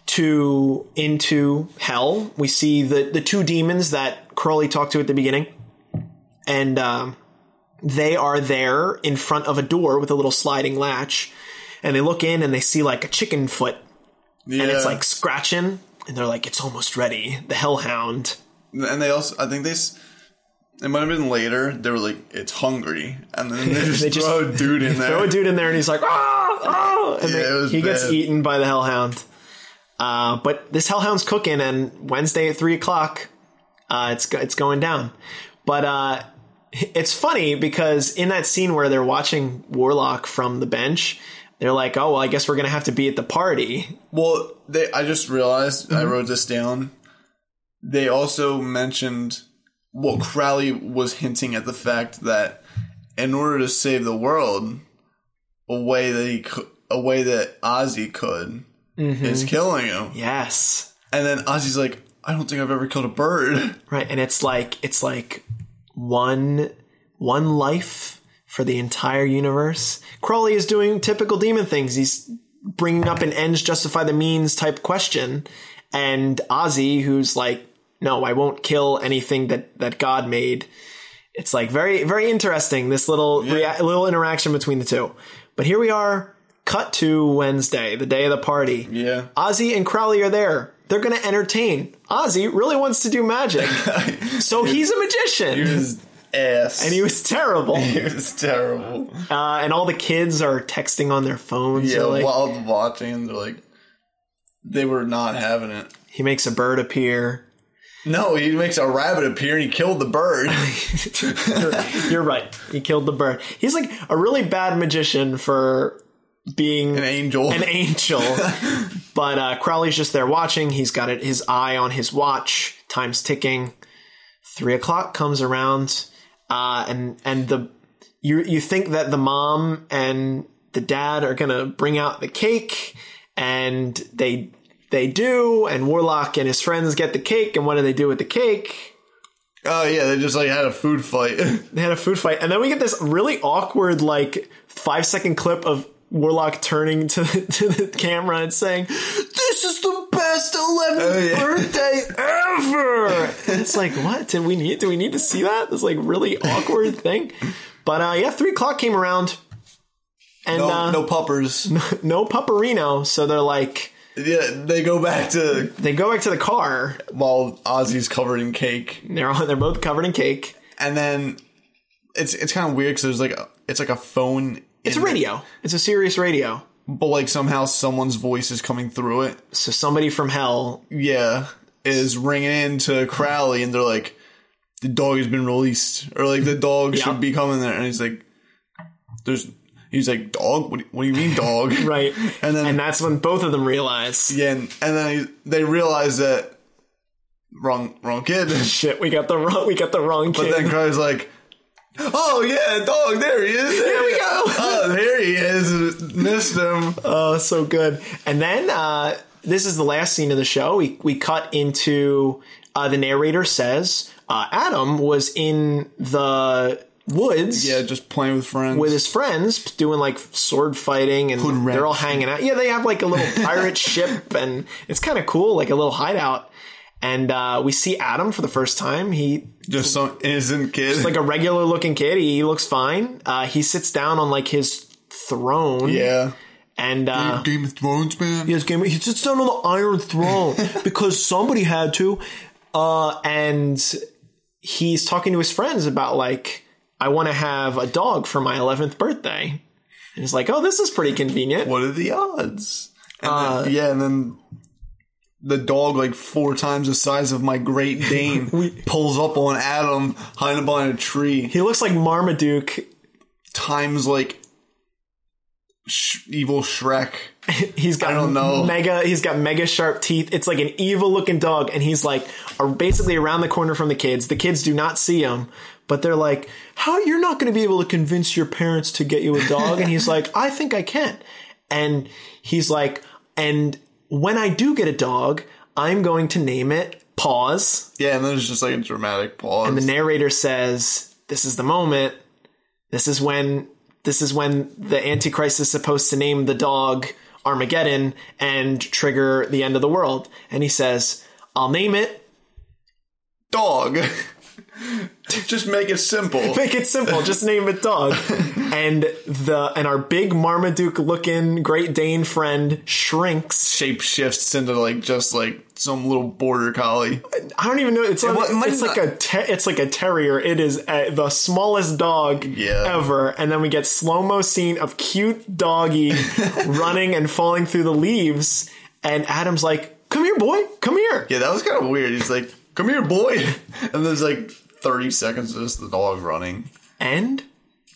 S1: to into hell. We see the the two demons that Crowley talked to at the beginning, and um, they are there in front of a door with a little sliding latch. And they look in and they see like a chicken foot,
S2: yeah.
S1: and it's like scratching, and they're like, "It's almost ready." The hellhound.
S2: and they also, I think they, s- it might have been later. They were like, it's hungry, and then they just
S1: They just
S2: throw a dude in there.
S1: Throw a dude in there, and he's like, "Ah, ah!" And
S2: Yeah,
S1: they-
S2: it was
S1: he gets
S2: bad.
S1: eaten by the hellhound. Uh, but this Hellhound's cooking, and Wednesday at three o'clock, uh, it's go- it's going down. But uh, it's funny because in that scene where they're watching Warlock from the bench, they're like, "Oh well, I guess we're gonna have to be at the party."
S2: Well, they I just realized
S1: Mm-hmm.
S2: I wrote this down. They also mentioned well Crowley was hinting at the fact that in order to save the world, a way that he cou- a way that Ozzy could
S1: Mm-hmm.
S2: is killing him.
S1: Yes,
S2: And then Ozzy's like, I don't think I've ever killed a bird.
S1: right. And it's like it's like one one life for the entire universe. Crowley is doing typical demon things. He's bringing up an ends justify the means type question, and Ozzy, who's like, "No, I won't kill anything that that God made." It's like very very interesting this little rea- little interaction between the two. But here we are, cut to Wednesday, the day of the party.
S2: Yeah.
S1: Ozzy and Crowley are there. They're going to entertain. Ozzy really wants to do magic. so he's a magician.
S2: He was ass.
S1: and he was terrible.
S2: He was terrible.
S1: Uh, and all the kids are texting on their phones.
S2: Yeah,
S1: They're like,
S2: while watching, they're like, they were not having it.
S1: he makes a bird appear.
S2: No, he makes a rabbit appear and he killed the bird.
S1: You're right. He killed the bird. He's like a really bad magician for being
S2: An angel.
S1: an angel. but uh, Crowley's just there watching. He's got it, his eye on his watch. Time's ticking. Three o'clock comes around, uh, and and the you you think that the mom and the dad are gonna bring out the cake, and they they do, and Warlock and his friends get the cake, and what do they do with the cake?
S2: Oh yeah, they just like had a food fight.
S1: They had a food fight, and then we get this really awkward, like five second clip of Warlock turning to to the camera and saying, "This is the best 11th
S2: Oh, yeah.
S1: birthday ever." And it's like, what did we need? Do we need to see that? This like really awkward thing. But uh, yeah, three o'clock came around, and
S2: No,
S1: uh,
S2: no puppers.
S1: no pupperino. So they're like,
S2: yeah, they go back to
S1: they go back to the car.
S2: while Ozzy's covered in cake,
S1: and They're all, they're both covered in cake.
S2: and then it's it's kind of weird because there's like a, it's like a phone.
S1: It's a radio. It's a serious radio.
S2: but like somehow someone's voice is coming through it.
S1: So somebody from hell
S2: Yeah, is ringing in to Crowley, and they're like, "The dog has been released," or like, "The dog
S1: Yeah.
S2: should be coming there," and he's like, "There's." He's like, dog? What do you, what do you mean, dog?
S1: Right.
S2: And then-
S1: and that's when both of them realize,
S2: Yeah, and, and then he, they realize that wrong, wrong kid.
S1: shit, we got the wrong we got the wrong
S2: But
S1: kid.
S2: then Crowley's like, "Oh yeah, dog, there he is. There
S1: we go."
S2: Oh, there he is. Missed him.
S1: oh, so good. And then uh this is the last scene of the show. We we cut into uh the narrator says uh Adam was in the woods
S2: Yeah, just playing with friends.
S1: with his friends doing like sword fighting and
S2: Hood
S1: they're all
S2: rats.
S1: hanging out. Yeah, they have like a little pirate ship and it's kind of cool, like a little hideout. And uh, we see Adam for the first time. He
S2: just some innocent kid.
S1: like a regular looking kid. He, he looks fine. Uh, he sits down on like his throne.
S2: yeah,
S1: And uh,
S2: Game of Thrones man.
S1: yes, game. He sits down on the Iron Throne because somebody had to. Uh, and he's talking to his friends about like, I want to have a dog for my eleventh birthday. And he's like, Oh, this is pretty convenient.
S2: What are the odds? And
S1: Uh.
S2: then, yeah, and then the dog, like four times the size of my Great Dane, pulls up on Adam hiding behind a tree.
S1: He looks like Marmaduke.
S2: Times like sh- evil Shrek.
S1: He's got
S2: I don't know.
S1: mega. He's got mega sharp teeth. It's like an evil looking dog, and he's like are basically around the corner from the kids. The kids do not see him, but they're like, "How you're not going to be able to convince your parents to get you a dog?" and he's like, "I think I can." And he's like, "And when I do get a dog, I'm going to name it Paws."
S2: Yeah, and then there's just like a dramatic pause.
S1: The narrator says, "This is the moment. This is when. This is when the Antichrist is supposed to name the dog Armageddon and trigger the end of the world." And he says, "I'll name it.
S2: dog. Just make it simple.
S1: Make it simple. Just name it dog." and the and our big Marmaduke looking Great Dane friend shrinks.
S2: Shape shifts into like just like some little border collie.
S1: I don't even know. It's like,
S2: what- it might
S1: it's like
S2: not-
S1: a ter- it's like a terrier. It is uh the smallest dog
S2: Yeah.
S1: ever, and then we get slow mo scene of cute doggy running and falling through the leaves, and Adam's like, "Come here, boy, come here."
S2: Yeah, that was kind of weird. He's like, "Come here, boy," and there's like 30 seconds of just the dog running.
S1: and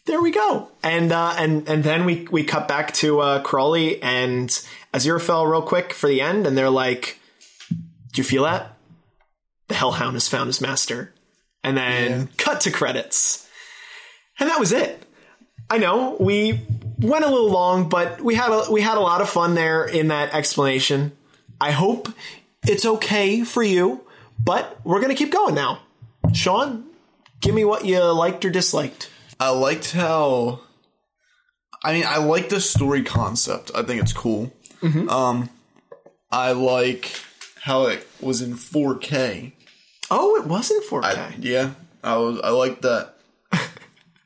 S1: there we go. And uh, and and then we we cut back to uh, Crawley and Aziraphale real quick for the end, and they're like, "Do you feel that? The Hellhound has found his master." And then cut to credits, and that was it. I know we went a little long, but we had a, we had a lot of fun there in that explanation. I hope it's okay for you, but we're gonna keep going now. Sean, give me what you liked or disliked.
S2: I liked how. I mean, I like the story concept. I think it's cool. Um, I like how it was in 4K.
S1: Oh, it wasn't 4K.
S2: Yeah, I was. I like that.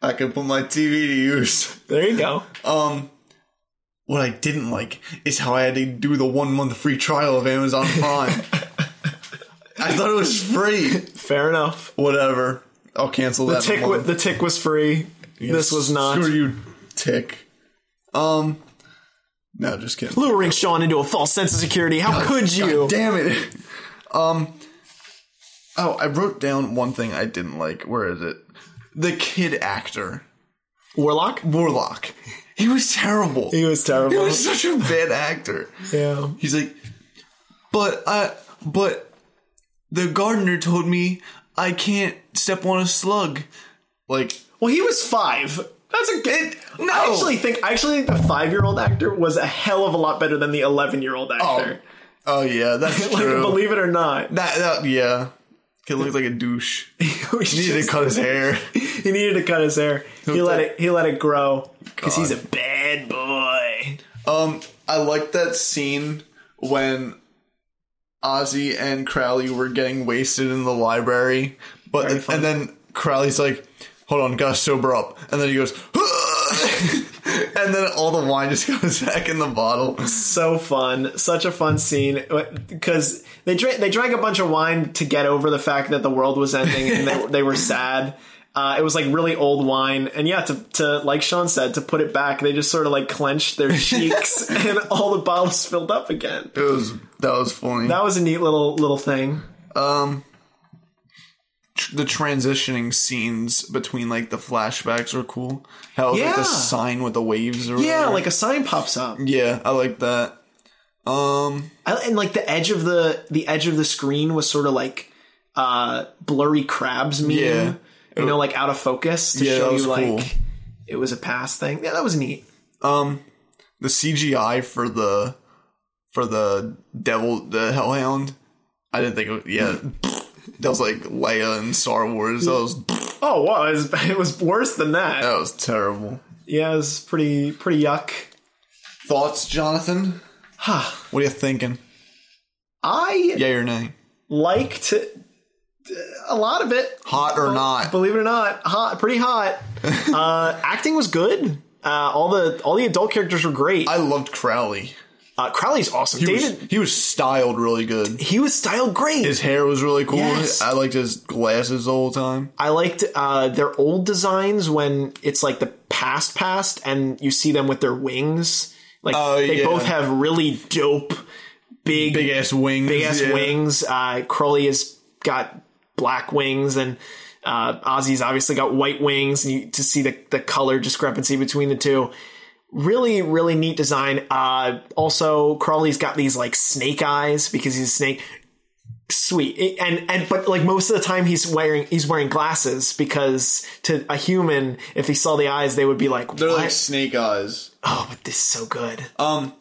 S2: I could put my TV to use.
S1: there you go.
S2: Um, what I didn't like is how I had to do the one month free trial of Amazon Prime. I thought it was free.
S1: Fair enough.
S2: Whatever. I'll cancel that. in a
S1: Tick wa-
S2: month.
S1: the tick was free. This was not.
S2: Screw you, Tick. Um, no, just kidding.
S1: Luring Sean into a false sense of security. How could you?
S2: God damn it. Um, oh, I wrote down one thing I didn't like. Where is it? The kid actor,
S1: Warlock?
S2: Warlock. He was terrible.
S1: He was
S2: He
S1: terrible.
S2: was such a bad actor.
S1: yeah.
S2: He's like, but I, but the gardener told me I can't step on a slug. Like,
S1: Well, he was five. That's a good.
S2: No.
S1: I actually think actually the five year old actor was a hell of a lot better than the eleven year old actor.
S2: oh yeah, that's
S1: like,
S2: true.
S1: believe it or not,
S2: That, that yeah. Kid looks like a douche. He
S1: he,
S2: needed to
S1: just-
S2: cut his hair.
S1: he needed to cut his hair. He let it. He let it grow because
S2: God.
S1: he's a bad boy.
S2: Um, I like that scene when Ozzy and Crowley were getting wasted in the library, but
S1: Very funny.
S2: and then Crowley's like, "Hold on, gotta sober up," and then he goes, and then all the wine just goes back in the bottle.
S1: so fun, such a fun scene because they drank they drank a bunch of wine to get over the fact that the world was ending and they, they were sad. Uh, it was like really old wine, and yeah, to, to like Sean said, to put it back, they just sort of like clenched their cheeks, and all the bottles filled up again.
S2: It was that was funny.
S1: That was a neat little little thing.
S2: um, tr- the transitioning scenes between like the flashbacks are cool. How it was, like
S1: Yeah.
S2: the sign with the waves or
S1: Yeah,
S2: whatever.
S1: like a sign pops up,
S2: yeah, I like that. Um.
S1: I, and like the edge of the the edge of the screen was sort of like uh blurry crabs meme,
S2: Yeah.
S1: you know, like out of focus to
S2: Yeah, that
S1: show you
S2: was
S1: like
S2: cool.
S1: it was a past thing. Yeah, that was neat.
S2: Um, the CGI for the for the devil, the hellhound. I didn't think. It was, yeah, that was like Leia in Star Wars. That was that
S1: Oh, wow. It was, it was worse than that.
S2: was terrible.
S1: Yeah, it was pretty, pretty yuck.
S2: Thoughts, Jonathan? what are you thinking?
S1: I
S2: Yay or nay?
S1: liked uh, a lot of it.
S2: Hot or not?
S1: Believe it or not, hot, pretty hot. uh, acting was good. Uh, all the all the adult characters were great.
S2: I loved Crowley.
S1: Uh, Crowley's awesome.
S2: He
S1: David,
S2: was, he was styled really good.
S1: he was styled great.
S2: His hair was really cool.
S1: Yes.
S2: I liked his glasses the whole time.
S1: I liked uh, their old designs when it's like the past past and you see them with their wings. Like
S2: Oh,
S1: they
S2: yeah.
S1: both have really dope, big,
S2: Big ass wings.
S1: big ass
S2: yeah.
S1: wings. Uh, Crowley has got black wings, and uh, Ozzy's obviously got white wings. And you to see the the color discrepancy between the two. Really, really neat design. Uh, also, Crowley's got these like snake eyes because he's a snake. Sweet, It- and and but like most of the time he's wearing he's wearing glasses because to a human, if he saw the eyes, they would be like,
S2: They're
S1: "What?
S2: like snake eyes.
S1: oh, but this is so good."
S2: Um,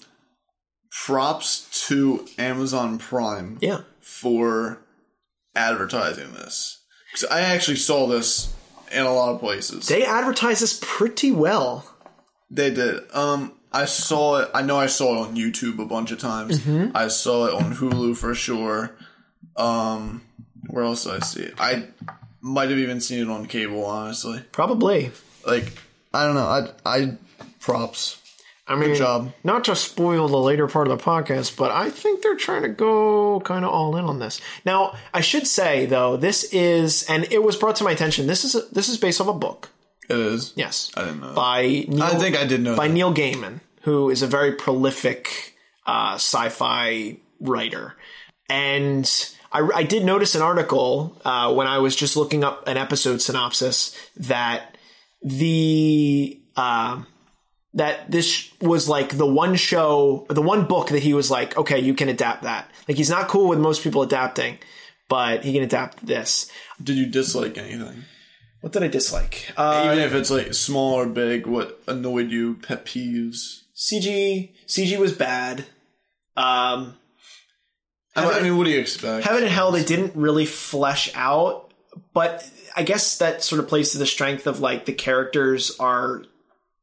S2: props to Amazon Prime
S1: yeah,
S2: for advertising this because I actually saw this in a lot of places.
S1: they advertise this pretty well.
S2: They did. Um, I saw it. I know I saw it on YouTube a bunch of times.
S1: Mm-hmm.
S2: I saw it on Hulu for sure. Um, where else did I see it? I might have even seen it on cable. Honestly,
S1: Probably.
S2: like I don't know. I I props.
S1: I mean,
S2: job.
S1: not to spoil the later part of the podcast, but I think they're trying to go kind of all in on this. Now, I should say though, this is, and it was brought to my attention. This is this is based off a book.
S2: It is.
S1: Yes,
S2: I didn't know.
S1: by Neil,
S2: I think I did know.
S1: by
S2: that.
S1: Neil Gaiman, who is a very prolific uh, sci-fi writer, and I, I did notice an article uh, when I was just looking up an episode synopsis that the uh, that this was like the one show, the one book that he was like, okay, you can adapt that. Like he's not cool with most people adapting, but he can adapt this.
S2: Did you dislike anything?
S1: What did I dislike? Uh,
S2: Even if it's like small or big, what annoyed you? Pet peeves.
S1: CG CG was bad.
S2: I mean,
S1: Um, Haven't-
S2: I mean, what do you expect?
S1: Heaven and Hell they didn't really flesh out, but I guess that sort of plays to the strength of like the characters are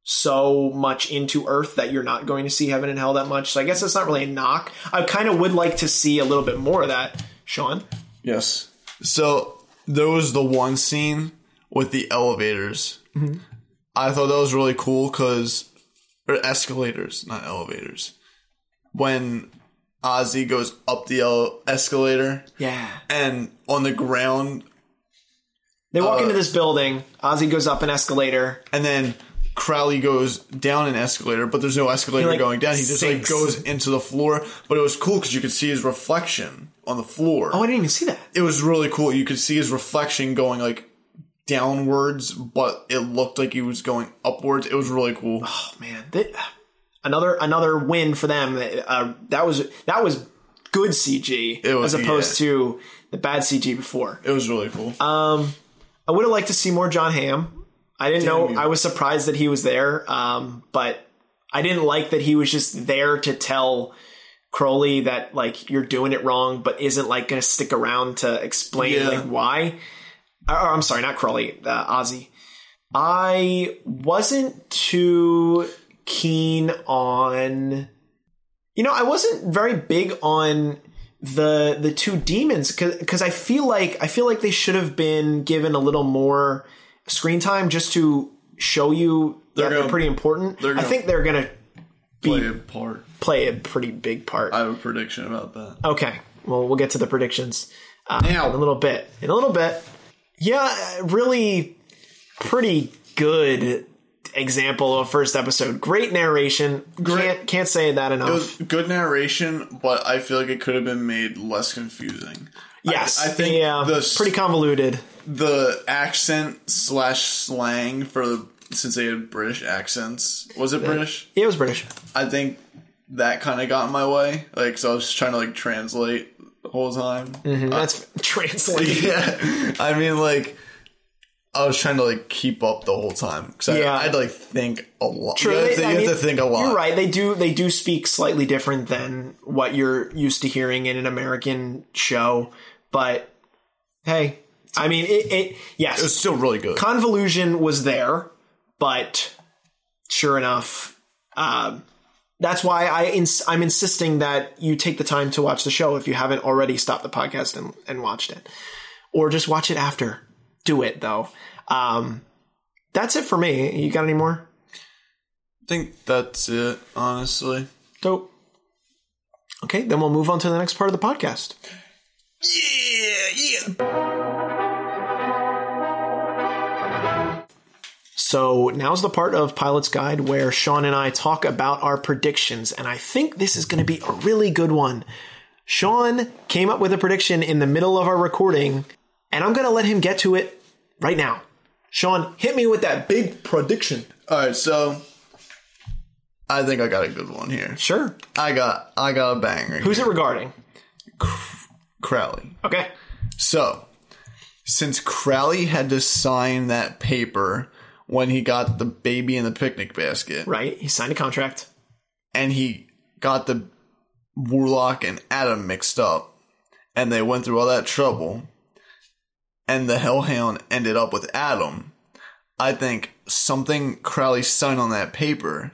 S1: so much into Earth that you're not going to see Heaven and Hell that much. So I guess that's not really a knock. I kind of would like to see a little bit more of that, Sean.
S2: Yes. So there was the one scene with the elevators.
S1: Mm-hmm.
S2: I thought that was really cool because, or escalators, not elevators. When Ozzy goes up the ele- escalator
S1: Yeah.
S2: and on the ground,
S1: They walk
S2: Uh,
S1: into this building. Ozzy goes up an escalator.
S2: and then Crowley goes down an escalator, but there's no escalator
S1: like,
S2: going down. He just
S1: sinks.
S2: like goes into the floor. But it was cool because you could see his reflection on the floor.
S1: Oh, I didn't even see that.
S2: it was really cool. You could see his reflection going like downwards, but it looked like he was going upwards. It was really cool.
S1: Oh, man, They- another another win for them. Uh, that was that was good CG
S2: It was-
S1: as opposed
S2: yeah.
S1: to the bad CG before.
S2: It was really cool.
S1: Uh, I would have liked to see more John Hamm. I didn't know. I was surprised that he was there, um, but I didn't like that he was just there to tell Crowley that like you're doing it wrong, but isn't like going to stick around to explain
S2: Yeah.
S1: like why. Or, or, I'm sorry, not Crowley, uh, Ozzy. I wasn't too keen on. You know, I wasn't very big on the the two demons because I feel like I feel like they should have been given a little more screen time just to show you that they're
S2: gonna-
S1: pretty important.
S2: they're
S1: I
S2: gonna-
S1: think they're gonna
S2: Play a part.
S1: play a pretty big part.
S2: I have a prediction about that.
S1: okay, well we'll get to the predictions in Uh, a
S2: Now,
S1: little bit. In a little bit, yeah, really pretty good example of first episode. Great narration. Can't can't say that enough.
S2: it was good narration, but I feel like it could have been made less confusing.
S1: yes,
S2: I think
S1: yeah,
S2: the s-
S1: pretty convoluted.
S2: The accent slash slang for the since they had British accents, was it British?
S1: It was British.
S2: I think that kind of got in my way. Like, so I was just trying to like translate the whole time.
S1: That's translated.
S2: yeah. I mean, like, I was trying to like keep up the whole time because
S1: Yeah.
S2: I'd like think a lot.
S1: True,
S2: You have,
S1: they-
S2: to, you
S1: I
S2: have
S1: mean,
S2: to think a lot.
S1: You're right. They do they do speak slightly different than what you're used to hearing in an American show, but hey, I mean it. it yes,
S2: It was still really good.
S1: convolution was there, but sure enough, um, that's why I ins- I'm insisting that you take the time to watch the show if you haven't already stopped the podcast and, and watched it, or just watch it after. Do it though. Um, that's it for me. You got any more?
S2: I think that's it, honestly.
S1: Dope. Okay, then we'll move on to the next part of the podcast.
S2: Yeah, yeah.
S1: So now's the part of Pilot's Guide where Sean and I talk about our predictions, and I think this is going to be a really good one. Sean came up with a prediction in the middle of our recording, and I'm going to let him get to it right now. Sean, hit me with that big prediction.
S2: All right, so I think I got a good one here.
S1: Sure.
S2: I got I got a banger.
S1: Who's it regarding?
S2: Crowley?
S1: Okay.
S2: So, since Crowley had to sign that paper when he got the baby in the picnic basket,
S1: Right. He signed a contract.
S2: and he got the Warlock and Adam mixed up, and they went through all that trouble, and the Hellhound ended up with Adam. I think something Crowley signed on that paper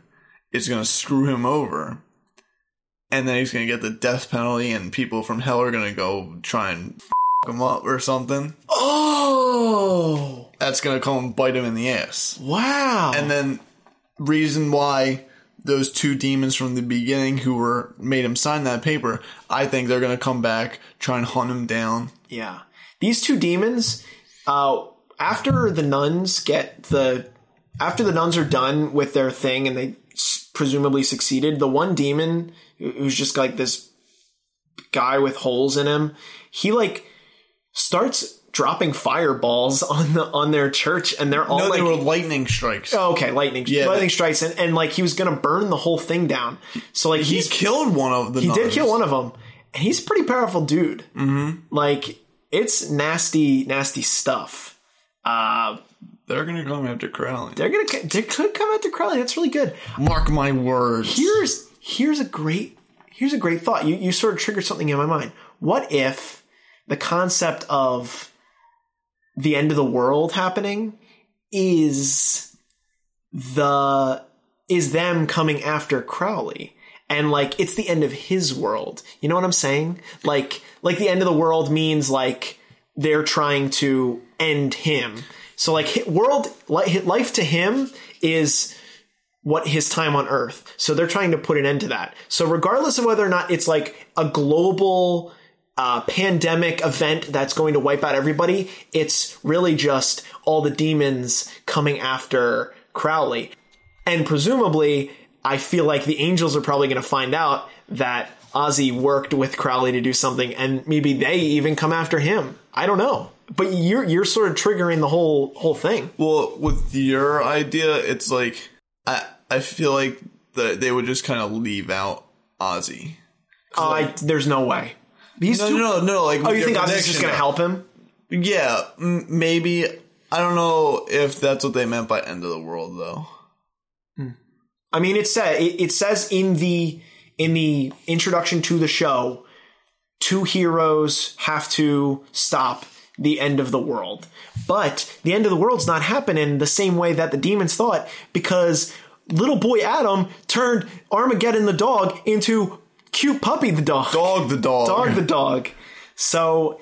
S2: is going to screw him over, and then he's going to get the death penalty, and people from Hell are going to go try and f him up or something.
S1: Oh,
S2: That's going to come and bite him in the ass.
S1: wow.
S2: And then reason why those two demons from the beginning who were made him sign that paper, I think they're gonna come back, try and hunt him down.
S1: Yeah. These two demons, uh, after the nuns get the, after the nuns are done with their thing and they s- presumably succeeded. The one demon who- who's just like this guy with holes in him, he like starts dropping fireballs on the on their church, and they're all
S2: no,
S1: like
S2: they were lightning strikes.
S1: Oh, okay, lightning,
S2: Yeah.
S1: lightning strikes, and, and like he was gonna burn the whole thing down. So like
S2: he
S1: he's
S2: killed one of the.
S1: he did
S2: nuns.
S1: kill one of them, and he's a pretty powerful dude. Mm-hmm. Like it's nasty, nasty stuff. Uh,
S2: They're gonna come after Crowley.
S1: they're gonna c- they could come after Crowley. That's really good.
S2: Mark my words.
S1: Here's here's a great here's a great thought. You you sort of triggered something in my mind. What if the concept of the end of the world happening is the is them coming after Crowley and like it's the end of his world. You know what I'm saying? Like like the end of the world means like they're trying to end him. So like hi- world li- life to him is what his time on earth. So they're trying to put an end to that. So regardless of whether or not it's like a global uh, pandemic event that's going to wipe out everybody, it's really just all the demons coming after Crowley. And presumably, I feel like the angels are probably going to find out that Ozzy worked with Crowley to do something, and maybe they even come after him. I don't know, but you're you're sort of triggering the whole whole thing.
S2: Well, with your idea, it's like I I feel like that they would just kind of leave out Ozzy.
S1: Uh, I, there's no way. These
S2: No,
S1: two,
S2: no, no. Like,
S1: Oh, you think Ozzy's just going to help him?
S2: Yeah, m- maybe. I don't know if that's what they meant by end of the world, though.
S1: I mean, it says it, it says in the in the introduction to the show, two heroes have to stop the end of the world. But the end of the world's not happening the same way that the demons thought because little boy Adam turned Armageddon the dog into cute puppy the dog.
S2: Dog the dog.
S1: Dog the dog. So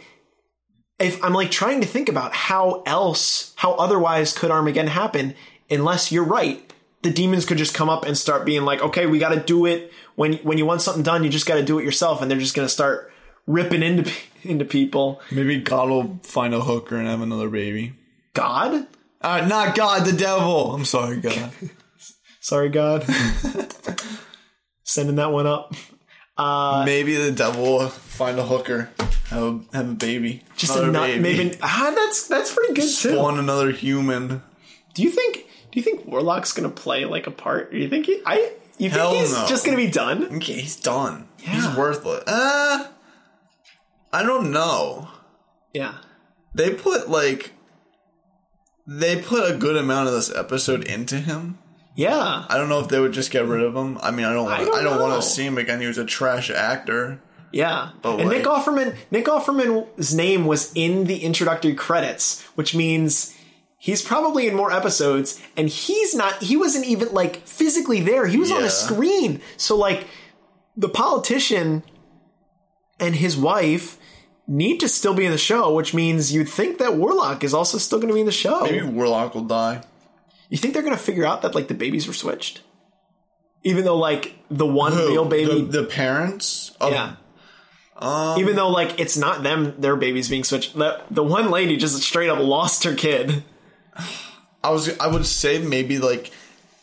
S1: if I'm like trying to think about how else, how otherwise could Armageddon happen, unless you're right, the demons could just come up and start being like, okay, we got to do it. When when you want something done, you just got to do it yourself, and they're just gonna start ripping into pe- into people.
S2: Maybe God will find a hooker and have another baby.
S1: God,
S2: Uh, not God, the devil. I'm sorry, God.
S1: sorry, God, sending that one up.
S2: maybe the devil will find a hooker, have a, have a baby,
S1: Just a nut, maybe. Ah, that's that's pretty good too.
S2: Oh, spawn another human.
S1: Do you think? Do you think Warlock's gonna play like a part? Do you think he? I. You think
S2: Hell
S1: he's
S2: no.
S1: just gonna be done?
S2: Okay, he's done.
S1: Yeah.
S2: He's worthless. Uh, I don't know.
S1: Yeah.
S2: They put like they put a good amount of this episode into him.
S1: Yeah.
S2: I don't know if they would just get rid of him. I mean, I don't. Wanna, I
S1: don't
S2: don't, want
S1: know.
S2: to see him again. He was a trash actor.
S1: Yeah.
S2: But
S1: and
S2: like-
S1: Nick Offerman Nick Offerman's name was in the introductory credits, which means he's probably in more episodes and he's not he wasn't even like physically there. He was on
S2: Yeah.
S1: a screen. So like the politician and his wife need to still be in the show, which means you'd think that Warlock is also still going to be in the show.
S2: Maybe Warlock will die.
S1: You think they're going to figure out that like the babies were switched? Even though like the one
S2: Who?
S1: real baby
S2: The, the parents. Of,
S1: Yeah.
S2: Um,
S1: Even though like it's not them, their babies being switched. The, the one lady just straight up lost her kid.
S2: I was. I would say maybe like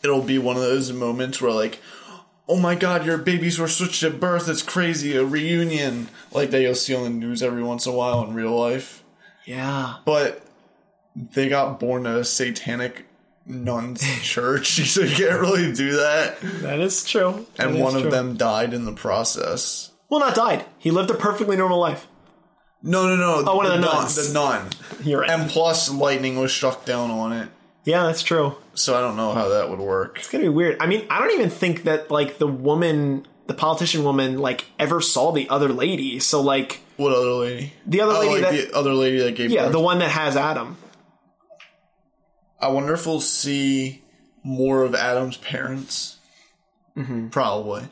S2: it'll be one of those moments where like. Oh my god, your babies were switched at birth. It's crazy. A reunion. Like that you'll see on the news every once in a while in real life.
S1: Yeah.
S2: But they got born at a satanic nun's church, so you can't really do that.
S1: That is true. That
S2: And
S1: is
S2: one
S1: true.
S2: of them died in the process.
S1: Well, not died. He lived a perfectly normal life.
S2: No, no, no.
S1: Oh, one of the
S2: nun-
S1: nuns.
S2: The nun.
S1: You're right.
S2: And plus, lightning was struck down on it.
S1: yeah, that's true.
S2: So I don't know how that would work.
S1: It's gonna be weird. I mean, I don't even think that like the woman, the politician woman, like ever saw the other lady. So like,
S2: What other lady?
S1: The other
S2: Oh,
S1: lady
S2: like
S1: that-
S2: the other lady that gave
S1: yeah,
S2: birth.
S1: the one that has Adam.
S2: I wonder if we'll see more of Adam's parents. Probably.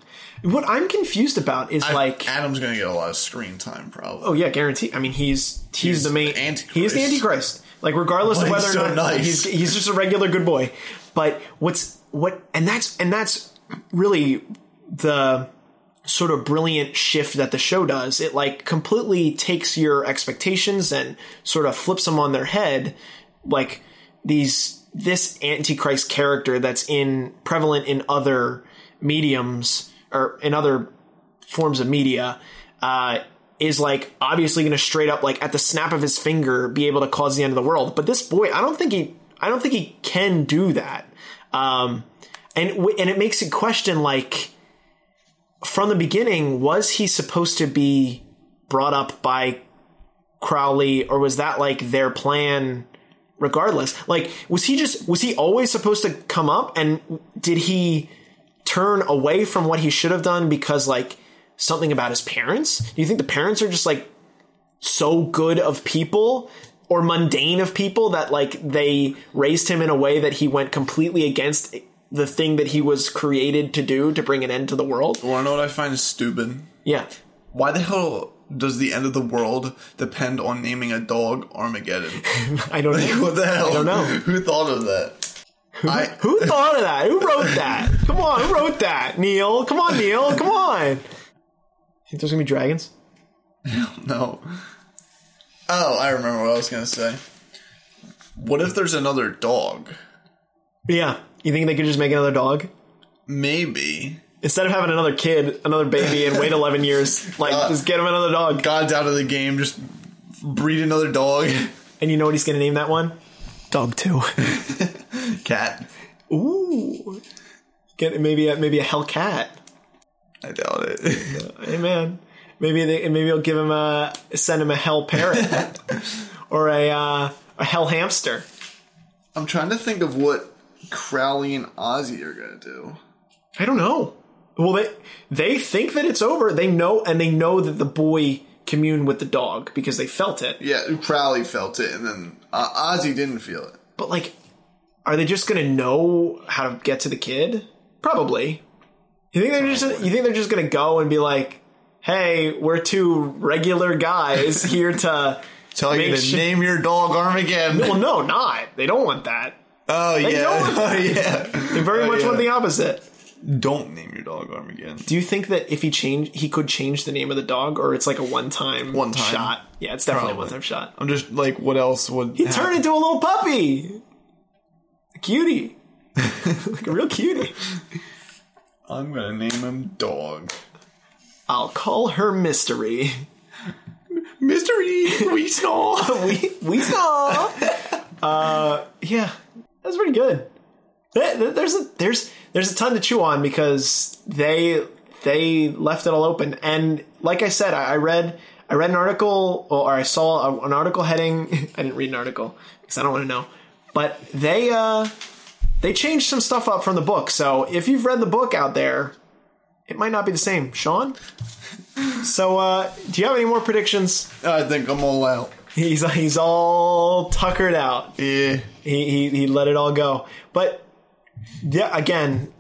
S1: What I'm confused about is
S2: I-
S1: Mm-hmm. like,
S2: Adam's gonna get a lot of screen time. Probably.
S1: oh yeah, guarantee. I mean, he's he's,
S2: He's
S1: the main.
S2: the Antichrist.
S1: He's the antichrist. Like regardless of
S2: Why
S1: whether
S2: he's so
S1: or not
S2: nice?
S1: he's he's just a regular good boy. But what's what and that's and that's really the sort of brilliant shift that the show does. It like completely takes your expectations and sort of flips them on their head. Like these this antichrist character that's in prevalent in other mediums or in other forms of media uh, is like obviously going to straight up like at the snap of his finger be able to cause the end of the world. But this boy, I don't think he, I don't think he can do that. Um, and w- and it makes it question like from the beginning was he supposed to be brought up by Crowley or was that like their plan? Regardless, like was he just was he always supposed to come up and did he turn away from what he should have done because like something about his parents? Do you think the parents are just like so good of people or mundane of people that like they raised him in a way that he went completely against the thing that he was created to do to bring an end to the world?
S2: Wanna know what I find stupid?
S1: Yeah.
S2: Why the hell does the end of the world depend on naming a dog Armageddon?
S1: I don't
S2: Like,
S1: know.
S2: what the hell?
S1: I don't know.
S2: Who thought of that? I,
S1: Who thought of that? Who wrote that? Come on, who wrote that? Neil. Come on, Neil. Come on. Think there's gonna be dragons?
S2: No. Oh, I remember what I was gonna say. What if there's another dog?
S1: Yeah. You think they could just make another dog?
S2: Maybe.
S1: Instead of having another kid, another baby, and wait 11 years, like, just get him another dog.
S2: God's out of the game, just breed another dog.
S1: And you know what he's going to name that one? Dog 2.
S2: Cat.
S1: Ooh. Get, maybe, a, maybe a Hellcat.
S2: I doubt it.
S1: Hey, man. Maybe they, maybe he'll give him a, send him a Hell Parrot. or a, uh, a Hell Hamster.
S2: I'm trying to think of what Crowley and Ozzy are gonna do.
S1: I don't know. Well, they, they think that it's over. They know, and they know that the boy communed with the dog because they felt it.
S2: Yeah, Crowley felt it, and then uh, Ozzy didn't feel it.
S1: But like, are they just gonna know how to get to the kid? Probably. You think they're just you think they're just gonna go and be like, "Hey, we're two regular guys here to."
S2: Tell you
S1: Make
S2: to
S1: sure-
S2: name your dog Armageddon.
S1: well, no, not. They don't want that.
S2: Oh yeah,
S1: don't.
S2: oh yeah.
S1: They very
S2: Oh,
S1: much
S2: yeah.
S1: want the opposite.
S2: Don't name your dog Armageddon.
S1: Do you think that if he change, he could change the name of the dog, or it's like a one-time
S2: One time.
S1: shot? Yeah, it's definitely
S2: Probably.
S1: a one-time shot.
S2: I'm just like, what else would
S1: He turned into a little puppy, a cutie, like a real cutie.
S2: I'm gonna name him Dog.
S1: I'll call her Mystery.
S2: Mystery E, we snore.
S1: we we saw. uh, yeah, that's pretty good. There- there- There's a there's there's a ton to chew on because they they left it all open. And like I said, I, I read I read an article or I saw a, an article heading. I didn't read an article because I don't want to know. But they uh, they changed some stuff up from the book. So if you've read the book out there, it might not be the same, Sean. So uh, do you have any more predictions?
S2: I think I'm all out.
S1: He's he's all tuckered out.
S2: Yeah.
S1: He he he let it all go. But yeah, again,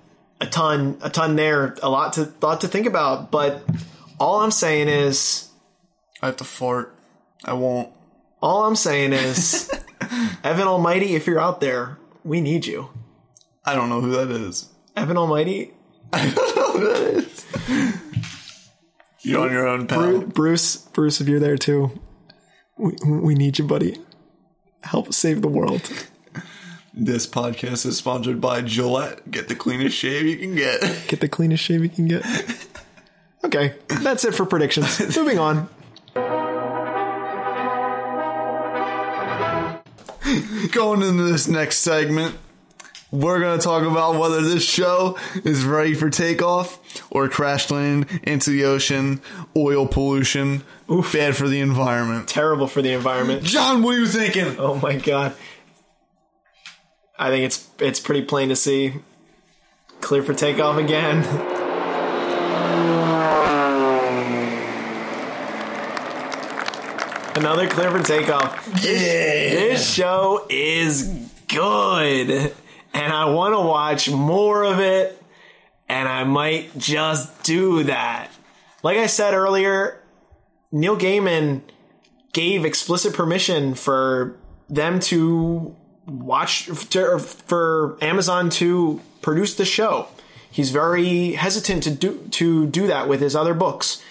S1: a ton a ton there, a lot to lot to think about. But all I'm saying is,
S2: I have to fart. I won't.
S1: all I'm saying is, Evan Almighty, if you're out there, we need you.
S2: I don't know who that is.
S1: Evan Almighty,
S2: You're on your own, pal.
S1: Bru- Bruce, Bruce, if you're there too, we we need you, buddy. Help save the world.
S2: This podcast is sponsored by Gillette. Get the cleanest shave you can get.
S1: Get the cleanest shave you can get. Okay, that's it for predictions. Moving on.
S2: Going into this next segment, we're going to talk about whether this show is ready for takeoff or crash landing into the ocean, oil pollution, bad for the environment.
S1: Terrible for the environment.
S2: John, what are you thinking?
S1: Oh my god. I think it's it's pretty plain to see. Clear for takeoff again. Another clear for takeoff.
S2: Yeah.
S1: This show is good. And I want to watch more of it. And I might just do that. Like I said earlier, Neil Gaiman gave explicit permission for them to watch to, for Amazon to produce the show. He's very hesitant to do to do that with his other books.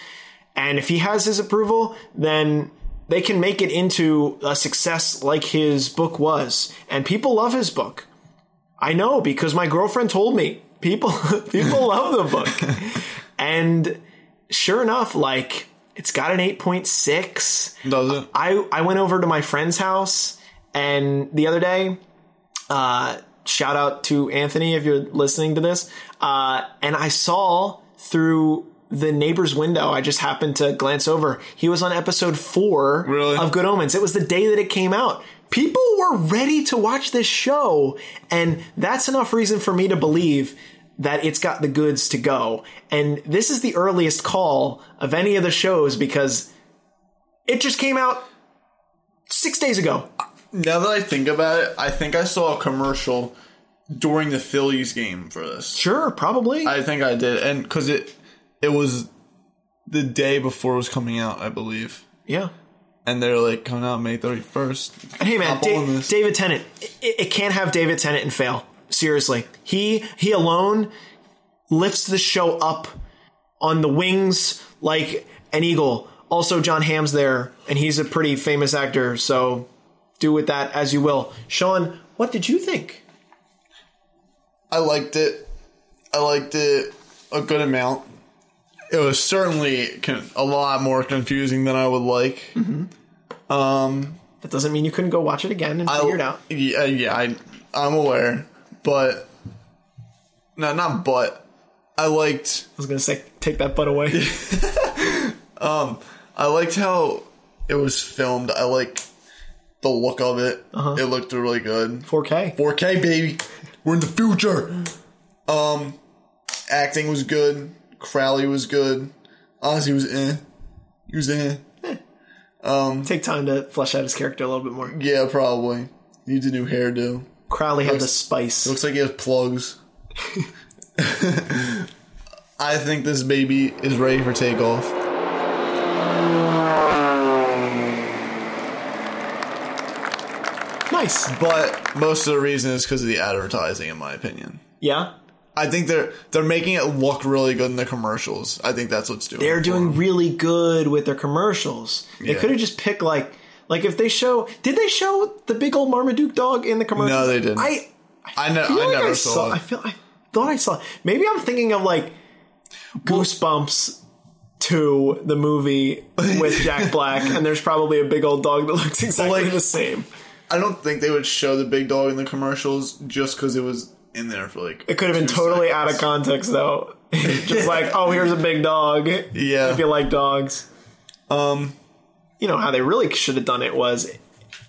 S1: And if he has his approval, then they can make it into a success like his book was. And people love his book. I know because my girlfriend told me people people love the book, and sure enough, like it's got an eight point six.
S2: Does it?
S1: I I went over to my friend's house and the other day, uh, shout out to Anthony if you're listening to this, uh, and I saw through the neighbor's window. I just happened to glance over. He was on episode four
S2: Really?
S1: of Good Omens. It was the day that it came out. People were ready to watch this show, and that's enough reason for me to believe that it's got the goods to go. And this is the earliest call of any of the shows because it just came out six days ago.
S2: Now that I think about it, I think I saw a commercial during the Phillies game for this.
S1: Sure, probably.
S2: I think I did, and because it it was the day before it was coming out, I believe,
S1: yeah.
S2: and they're like coming out May thirty first.
S1: And hey, man,
S2: Hop on
S1: Da-
S2: this.
S1: David Tennant. It, it can't have David Tennant and fail. Seriously, he he alone lifts the show up on the wings like an eagle. Also, John Hamm's there, and he's a pretty famous actor. So do with that as you will. Sean, what did you think?
S2: I liked it. I liked it a good amount. It was certainly con- a lot more confusing than I would like.
S1: That doesn't mean you couldn't go watch it again and figure it out.
S2: Yeah, yeah, I, I'm aware, but no, not but. I liked.
S1: I was gonna say take that butt away.
S2: I liked how it was filmed. I liked the look of it. It looked really good.
S1: 4K.
S2: 4K baby. We're in the future. Um acting was good. Crowley was good. Ozzy was in. He was in.
S1: Take time to flesh out his character a little bit more.
S2: Yeah, probably. Needs a new hairdo.
S1: Crowley had the spice.
S2: Looks like he has plugs. I think this baby is ready for takeoff.
S1: nice.
S2: But most of the reason is because of the advertising, in my opinion.
S1: Yeah.
S2: I think they're they're making it look really good in the commercials. I think that's what's doing.
S1: they're
S2: it for
S1: doing
S2: them.
S1: really good with their commercials. They
S2: Yeah.
S1: could have just picked like like if they show did they show the big old Marmaduke dog in the commercial?
S2: No, they didn't.
S1: I
S2: I know.
S1: feel
S2: I
S1: like
S2: never
S1: I
S2: saw,
S1: saw.
S2: it.
S1: I feel I thought I saw. Maybe I'm thinking of like Goosebumps. To the movie with Jack Black, and there's probably a big old dog that looks exactly
S2: like-
S1: the same.
S2: I don't think they would show the big dog in the commercials just because it was in there for like.
S1: It could have been
S2: two
S1: totally out of
S2: seconds.
S1: context, though. Just like, oh, here's a big dog.
S2: Yeah.
S1: If you like dogs.
S2: Um,
S1: you know how they really should have done it was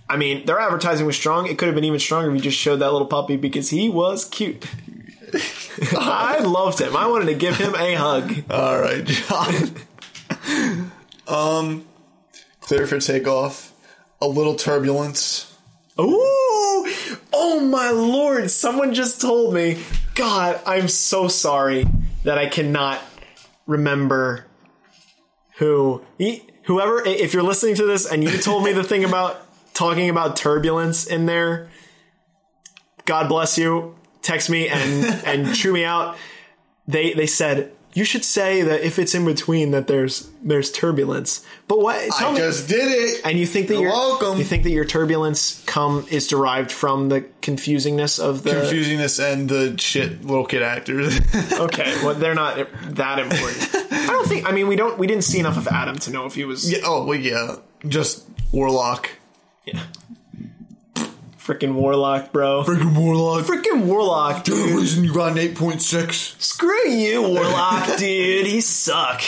S1: I mean, their advertising was strong. It could have been even stronger if you just showed that little puppy because he was cute. I loved him. I wanted to give him a hug.
S2: all right, John. um, clear for takeoff. A little turbulence.
S1: Ooh! Oh my lord, someone just told me. God, I'm so sorry that I cannot remember who e- whoever i- if you're listening to this and you told me the thing about talking about turbulence in there. God bless you. Text me and and chew me out. They they said you should say that if it's in between that there's there's turbulence. But what tell
S2: I
S1: me,
S2: just did it.
S1: and you think that
S2: You're
S1: your
S2: welcome.
S1: you think that your turbulence come is derived from the confusingness of the
S2: Confusingness and the shit little kid actors.
S1: okay well they're not that important i don't think i mean we don't we didn't see enough of adam to know if he was
S2: Yeah, oh well, yeah, just Warlock.
S1: freaking warlock bro
S2: Freaking Warlock.
S1: freaking warlock dude.
S2: reason you got an eight point six.
S1: screw you warlock dude he suck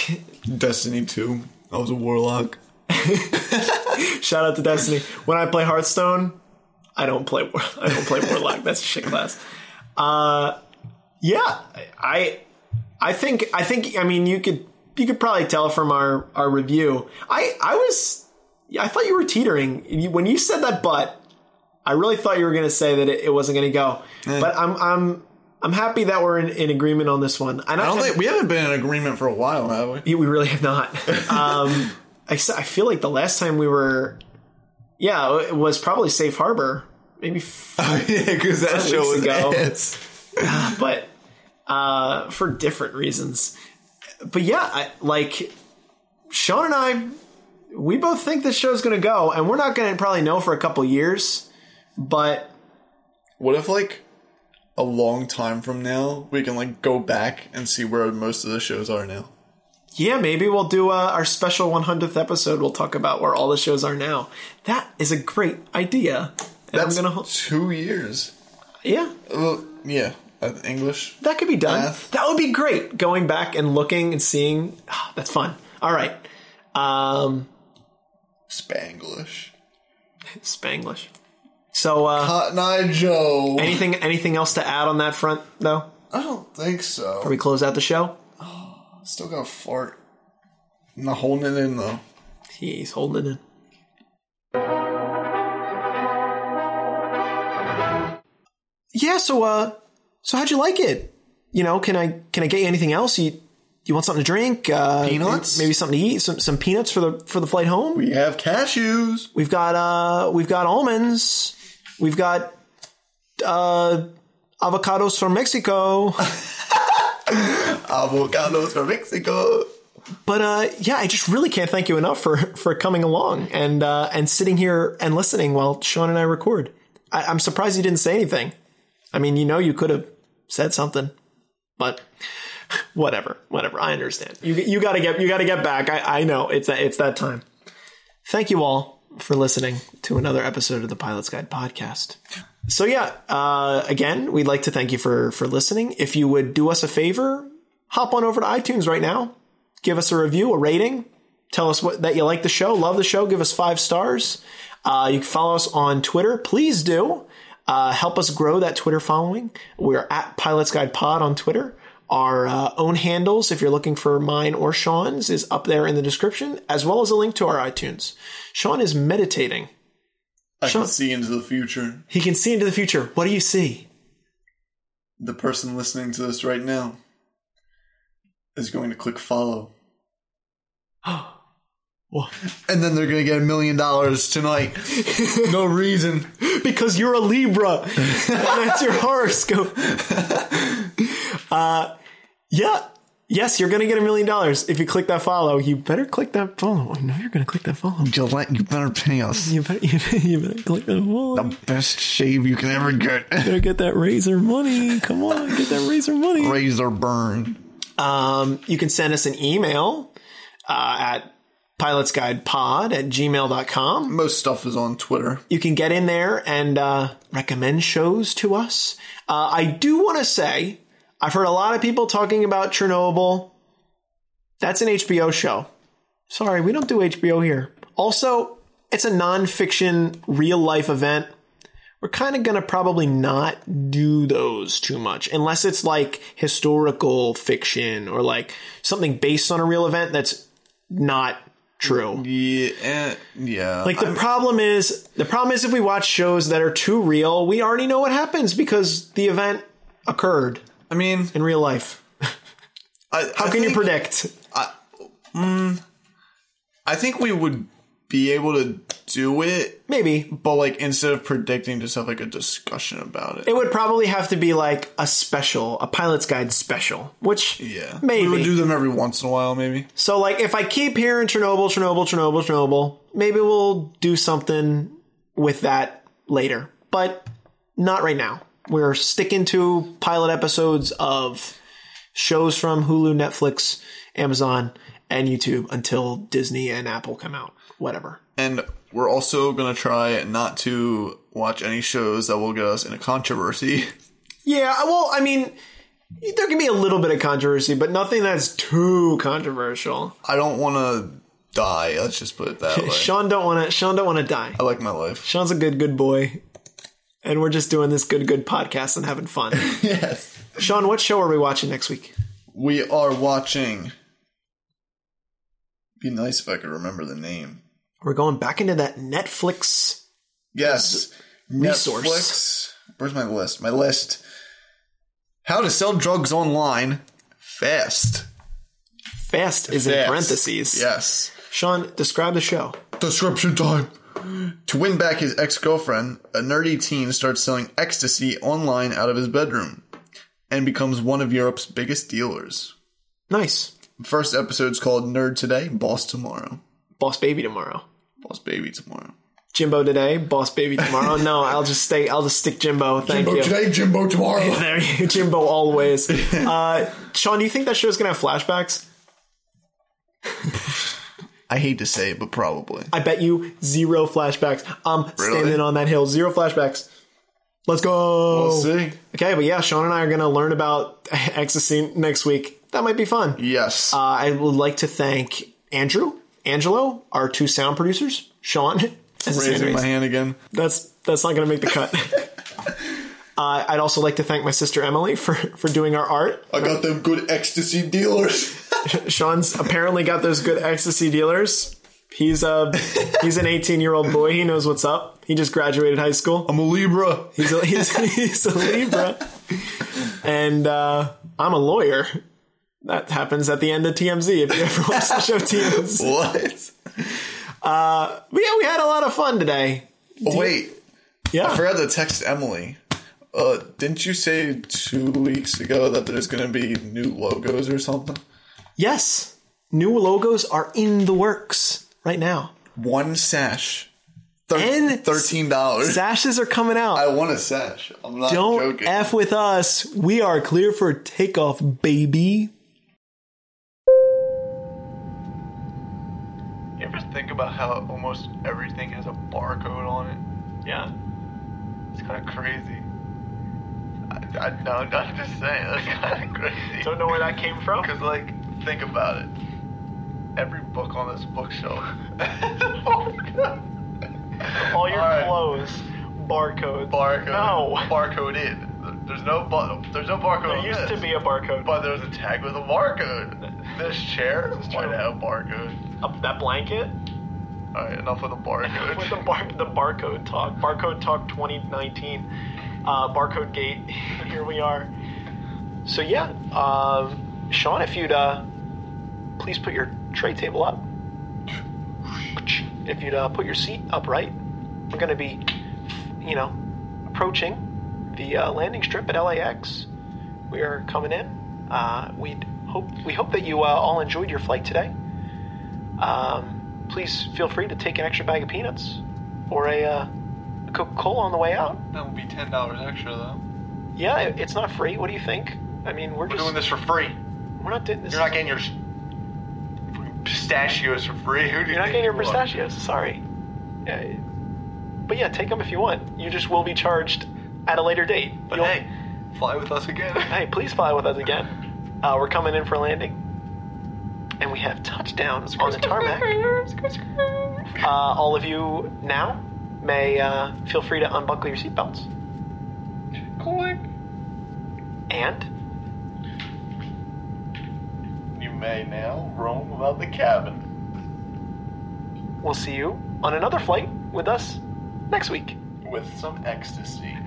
S2: Destiny two. I was a Warlock.
S1: shout out to destiny when i play hearthstone i don't play War- i don't play warlock that's shit class Uh, Yeah, I, I think, I think, I mean, you could, you could probably tell from our our review. I, I was, yeah, I thought you were teetering You- when you said that, but I really thought you were going to say that it, it wasn't going to go.
S2: Eh.
S1: But I'm, I'm, I'm happy that we're in, in agreement on this one. And
S2: I don't think we haven't been in agreement for a while, have we?
S1: we really have not. Um, I, s- I feel like the last time we were, yeah, it was probably Safe Harbor, maybe
S2: Oh, yeah, because that show
S1: weeks
S2: was
S1: ago.
S2: ass.
S1: but uh, for different reasons. But yeah, I, like Sean and I, we both think this show's going to go, and we're not going to probably know for a couple years. But
S2: What if like a long time from now, we can like go back and see where most of the shows are now.
S1: Yeah, maybe we'll do uh, our special 100th episode. We'll talk about where all the shows are now. That is a great idea. And I'm
S2: That's
S1: gonna, ho-
S2: two years.
S1: yeah,
S2: Well, yeah, uh, English.
S1: that could be done.
S2: Math.
S1: That would be great. Going back and looking and seeing. Ah, that's fun. All right. Um,
S2: Spanglish.
S1: Spanglish. So, uh,
S2: Hot Night Joe.
S1: anything anything else to add on that front though?
S2: I don't think so.
S1: Before we close out the show,
S2: Still gonna fart. I'm not holding it in though.
S1: Uh, he's holding it in. Yeah. So, uh, so how'd you like it? You know, can I can I get you anything else? You you want something to drink? Uh,
S2: Peanuts?
S1: Maybe something to eat? Some some peanuts for the for the flight home.
S2: We have cashews.
S1: We've got uh we've got almonds. We've got uh avocados from Mexico.
S2: Avocados from Mexico.
S1: but uh yeah, I just really can't thank you enough for for coming along and uh and sitting here and listening while Sean and I record. I, I'm surprised you didn't say anything. I mean, you know you could have said something. But whatever, whatever. I understand. You you gotta get you gotta get back. I, I know it's that it's that time. Thank you all for listening to another episode of the Pilot's Guide podcast. So yeah, uh, again, we'd like to thank you for for listening. If you would do us a favor, hop on over to iTunes right now, give us a review, a rating, tell us what that you like the show, love the show, give us five stars. Uh, you can follow us on Twitter, please do. Uh, help us grow that Twitter following. We're at Pilots Guide Pod on Twitter. Our uh, own handles, if you're looking for mine or Sean's, is up there in the description, as well as a link to our iTunes. Sean is meditating.
S2: I
S1: Sure.
S2: can see into the future.
S1: He can see into the future. What do you see?
S2: The person listening to this right now is going to click follow.
S1: What?
S2: And then they're going to get a million dollars tonight. no reason.
S1: because you're a Libra. And that's your horoscope. Uh, yeah. Yes, you're going to get a million dollars if you click that follow. You better click that follow. I know you're going to click that follow.
S2: Gillette, you better pay us.
S1: You better, you better, you better click that follow. You
S2: Best shave you can ever get.
S1: better get that razor money. Come on, get that razor money.
S2: Razor burn.
S1: Um, you can send us an email uh, at pilotsguidepod at gmail.com.
S2: Most stuff is on Twitter.
S1: you can get in there and uh, recommend shows to us. Uh, I do want to say I've heard a lot of people talking about Chernobyl. That's an HBO show. Sorry, we don't do HBO here. Also, it's a nonfiction real life event. We're kind of going to probably not do those too much unless it's like historical fiction or like something based on a real event that's not true.
S2: Yeah. eh, yeah.
S1: Like the problem is the problem is if we watch shows that are too real, we already know what happens because the event occurred
S2: I mean,
S1: in real life.
S2: I,
S1: How can you predict?
S2: I think we would be able to do it,
S1: Maybe.
S2: but like instead of predicting, just have like a discussion about it.
S1: It would probably have to be like a special, a pilot's guide special, which
S2: yeah.
S1: maybe.
S2: We would do them every once in a while, maybe.
S1: so like if I keep hearing Chernobyl, Chernobyl, Chernobyl, Chernobyl, maybe we'll do something with that later. But not right now. We're sticking to pilot episodes of shows from Hulu, Netflix, Amazon, and YouTube until Disney and Apple come out. Whatever.
S2: And we're also going to try not to watch any shows that will get us in a controversy.
S1: Yeah, I- well, I mean, there can be a little bit of controversy, but nothing that's too controversial.
S2: I don't want to die. Let's just put it that way.
S1: Sean don't want to. Sean don't want to die.
S2: I like my life.
S1: Sean's a good good boy, and we're just doing this good good podcast and having fun.
S2: Yes.
S1: Sean, what show are we watching next week?
S2: We are watching. Be nice if I could remember the name.
S1: We're going back into that Netflix.
S2: Yes.
S1: Resource.
S2: Netflix. Where's my list? My list. How to sell drugs online fast.
S1: Fast is in
S2: Fast.
S1: parentheses.
S2: Yes.
S1: Sean, describe the show.
S2: Description time. To win back his ex girlfriend, a nerdy teen starts selling ecstasy online out of his bedroom and becomes one of Europe's biggest dealers.
S1: Nice.
S2: First episode's called Nerd Today, Boss Tomorrow.
S1: Boss Baby tomorrow.
S2: Boss Baby Tomorrow.
S1: Jimbo today, Boss Baby tomorrow. no, I'll just stay. I'll just stick Jimbo. Thank
S2: Jimbo
S1: you.
S2: today, Jimbo tomorrow.
S1: There you, Jimbo always. Uh, Sean, do you think that show's gonna have flashbacks?
S2: I hate to say it, but probably.
S1: I bet you zero flashbacks. I'm
S2: Really?
S1: standing on that hill. Zero flashbacks. Let's go.
S2: We'll see.
S1: Okay, but yeah, Sean and I are going to learn about ecstasy next week. That might be fun.
S2: Yes.
S1: Uh, I would like to thank Andrew, Angelo, our two sound producers, Sean. as a
S2: Raising
S1: sound
S2: my hand again.
S1: that's that's not going to make the cut. uh, I'd also like to thank my sister Emily for for doing our art.
S2: I got them good ecstasy dealers.
S1: Sean's apparently got those good ecstasy dealers. He's a he's an 18 year old boy. He knows what's up. He just graduated high school.
S2: I'm a Libra.
S1: He's a, he's, he's a Libra, and uh, I'm a lawyer. That happens at the end of TMZ. If you ever watch the show TMZ,
S2: What?
S1: but yeah, we had a lot of fun today.
S2: Oh, wait. I
S1: Yeah,
S2: forgot to text Emily. Uh, didn't you say two weeks ago that there's gonna be new logos or something?
S1: yes, new logos are in the works right now.
S2: One sash. Thir-
S1: And
S2: thirteen dollars.
S1: Sashes are coming out.
S2: I want a sash. I'm not
S1: Don't
S2: joking.
S1: f with us. We are clear for takeoff, baby.
S2: you ever think about how almost everything has a barcode on it?
S1: Yeah.
S2: It's kind of crazy. I, I, no, I'm not just saying. That's kind of crazy.
S1: know where that came from.
S2: Because, like, think about it. Every book on this bookshelf. oh, God. Alright,
S1: clothes, barcodes.
S2: Barcode. Barcoded. There's no bu- There's no barcode. on this,
S1: a barcode.
S2: But there's a tag with a barcode. This chair might
S1: true.
S2: have a barcode.
S1: that blanket.
S2: Alright, enough with the barcode.
S1: with the, bar- the barcode talk. Barcode talk 2019. Uh, barcode gate. Here we are. So yeah, um, Sean, if you'd uh, please put your tray table up. If you'd uh, put your seat upright, we're going to be, you know, approaching the uh, landing strip at LAX. We are coming in. Uh, we hope we hope that you uh, all enjoyed your flight today. Um, please feel free to take an extra bag of peanuts or a, uh, a Coca Cola on the way out.
S2: That would be ten dollars extra, though.
S1: Yeah, it- it's not free. What do you think? I mean,
S2: We're
S1: we're, just
S2: doing this for free.
S1: we're not doing this.
S2: You're not getting your s- fucking pistachios for free. Who do you
S1: You're not
S2: think
S1: getting your
S2: you are?
S1: pistachios. Sorry. Yeah, but yeah, take them if you want. You just will be charged at a later date.
S2: But
S1: You'll-
S2: hey, fly with us again.
S1: hey, please fly with us again. Uh, we're coming in for landing, and we have touchdowns on the tarmac. Uh, all of you now may uh, feel free to unbuckle your seatbelts. And
S2: You may now roam about the cabin
S1: we'll see you on another flight with us next week.
S2: with some ecstasy.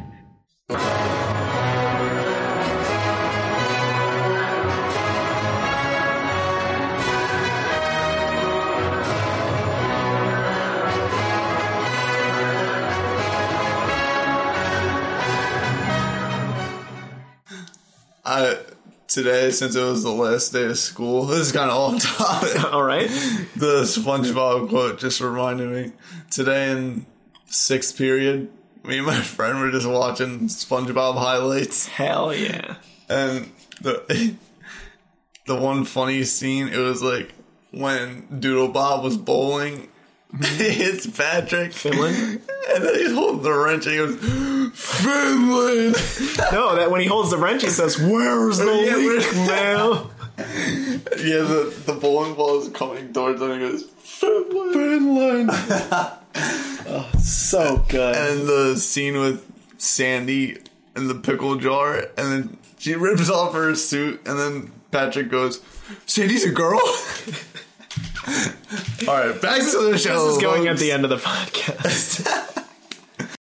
S2: I today since it was the last day of school. This is kind of off topic.
S1: All right.
S2: The SpongeBob quote just reminded me. Today in sixth period, me and my friend were just watching SpongeBob highlights,
S1: Hell yeah.
S2: and the the one funny scene it was like when Doodle Bob was bowling, he hits Patrick,
S1: Finland?
S2: and then he's holding the wrench and he goes, Finland.
S1: No, that when he holds the wrench, he says, "Where's the
S2: Yeah,
S1: leak
S2: where-
S1: now?"
S2: yeah, the the bowling ball is coming towards him. and He goes, Finland. Finland.
S1: So good.
S2: and the scene with Sandy in the pickle jar, and then she rips off her suit, and then Patrick goes, "Sandy's a girl." All right, back to the show.
S1: This is going at
S2: folks.
S1: the end of the podcast.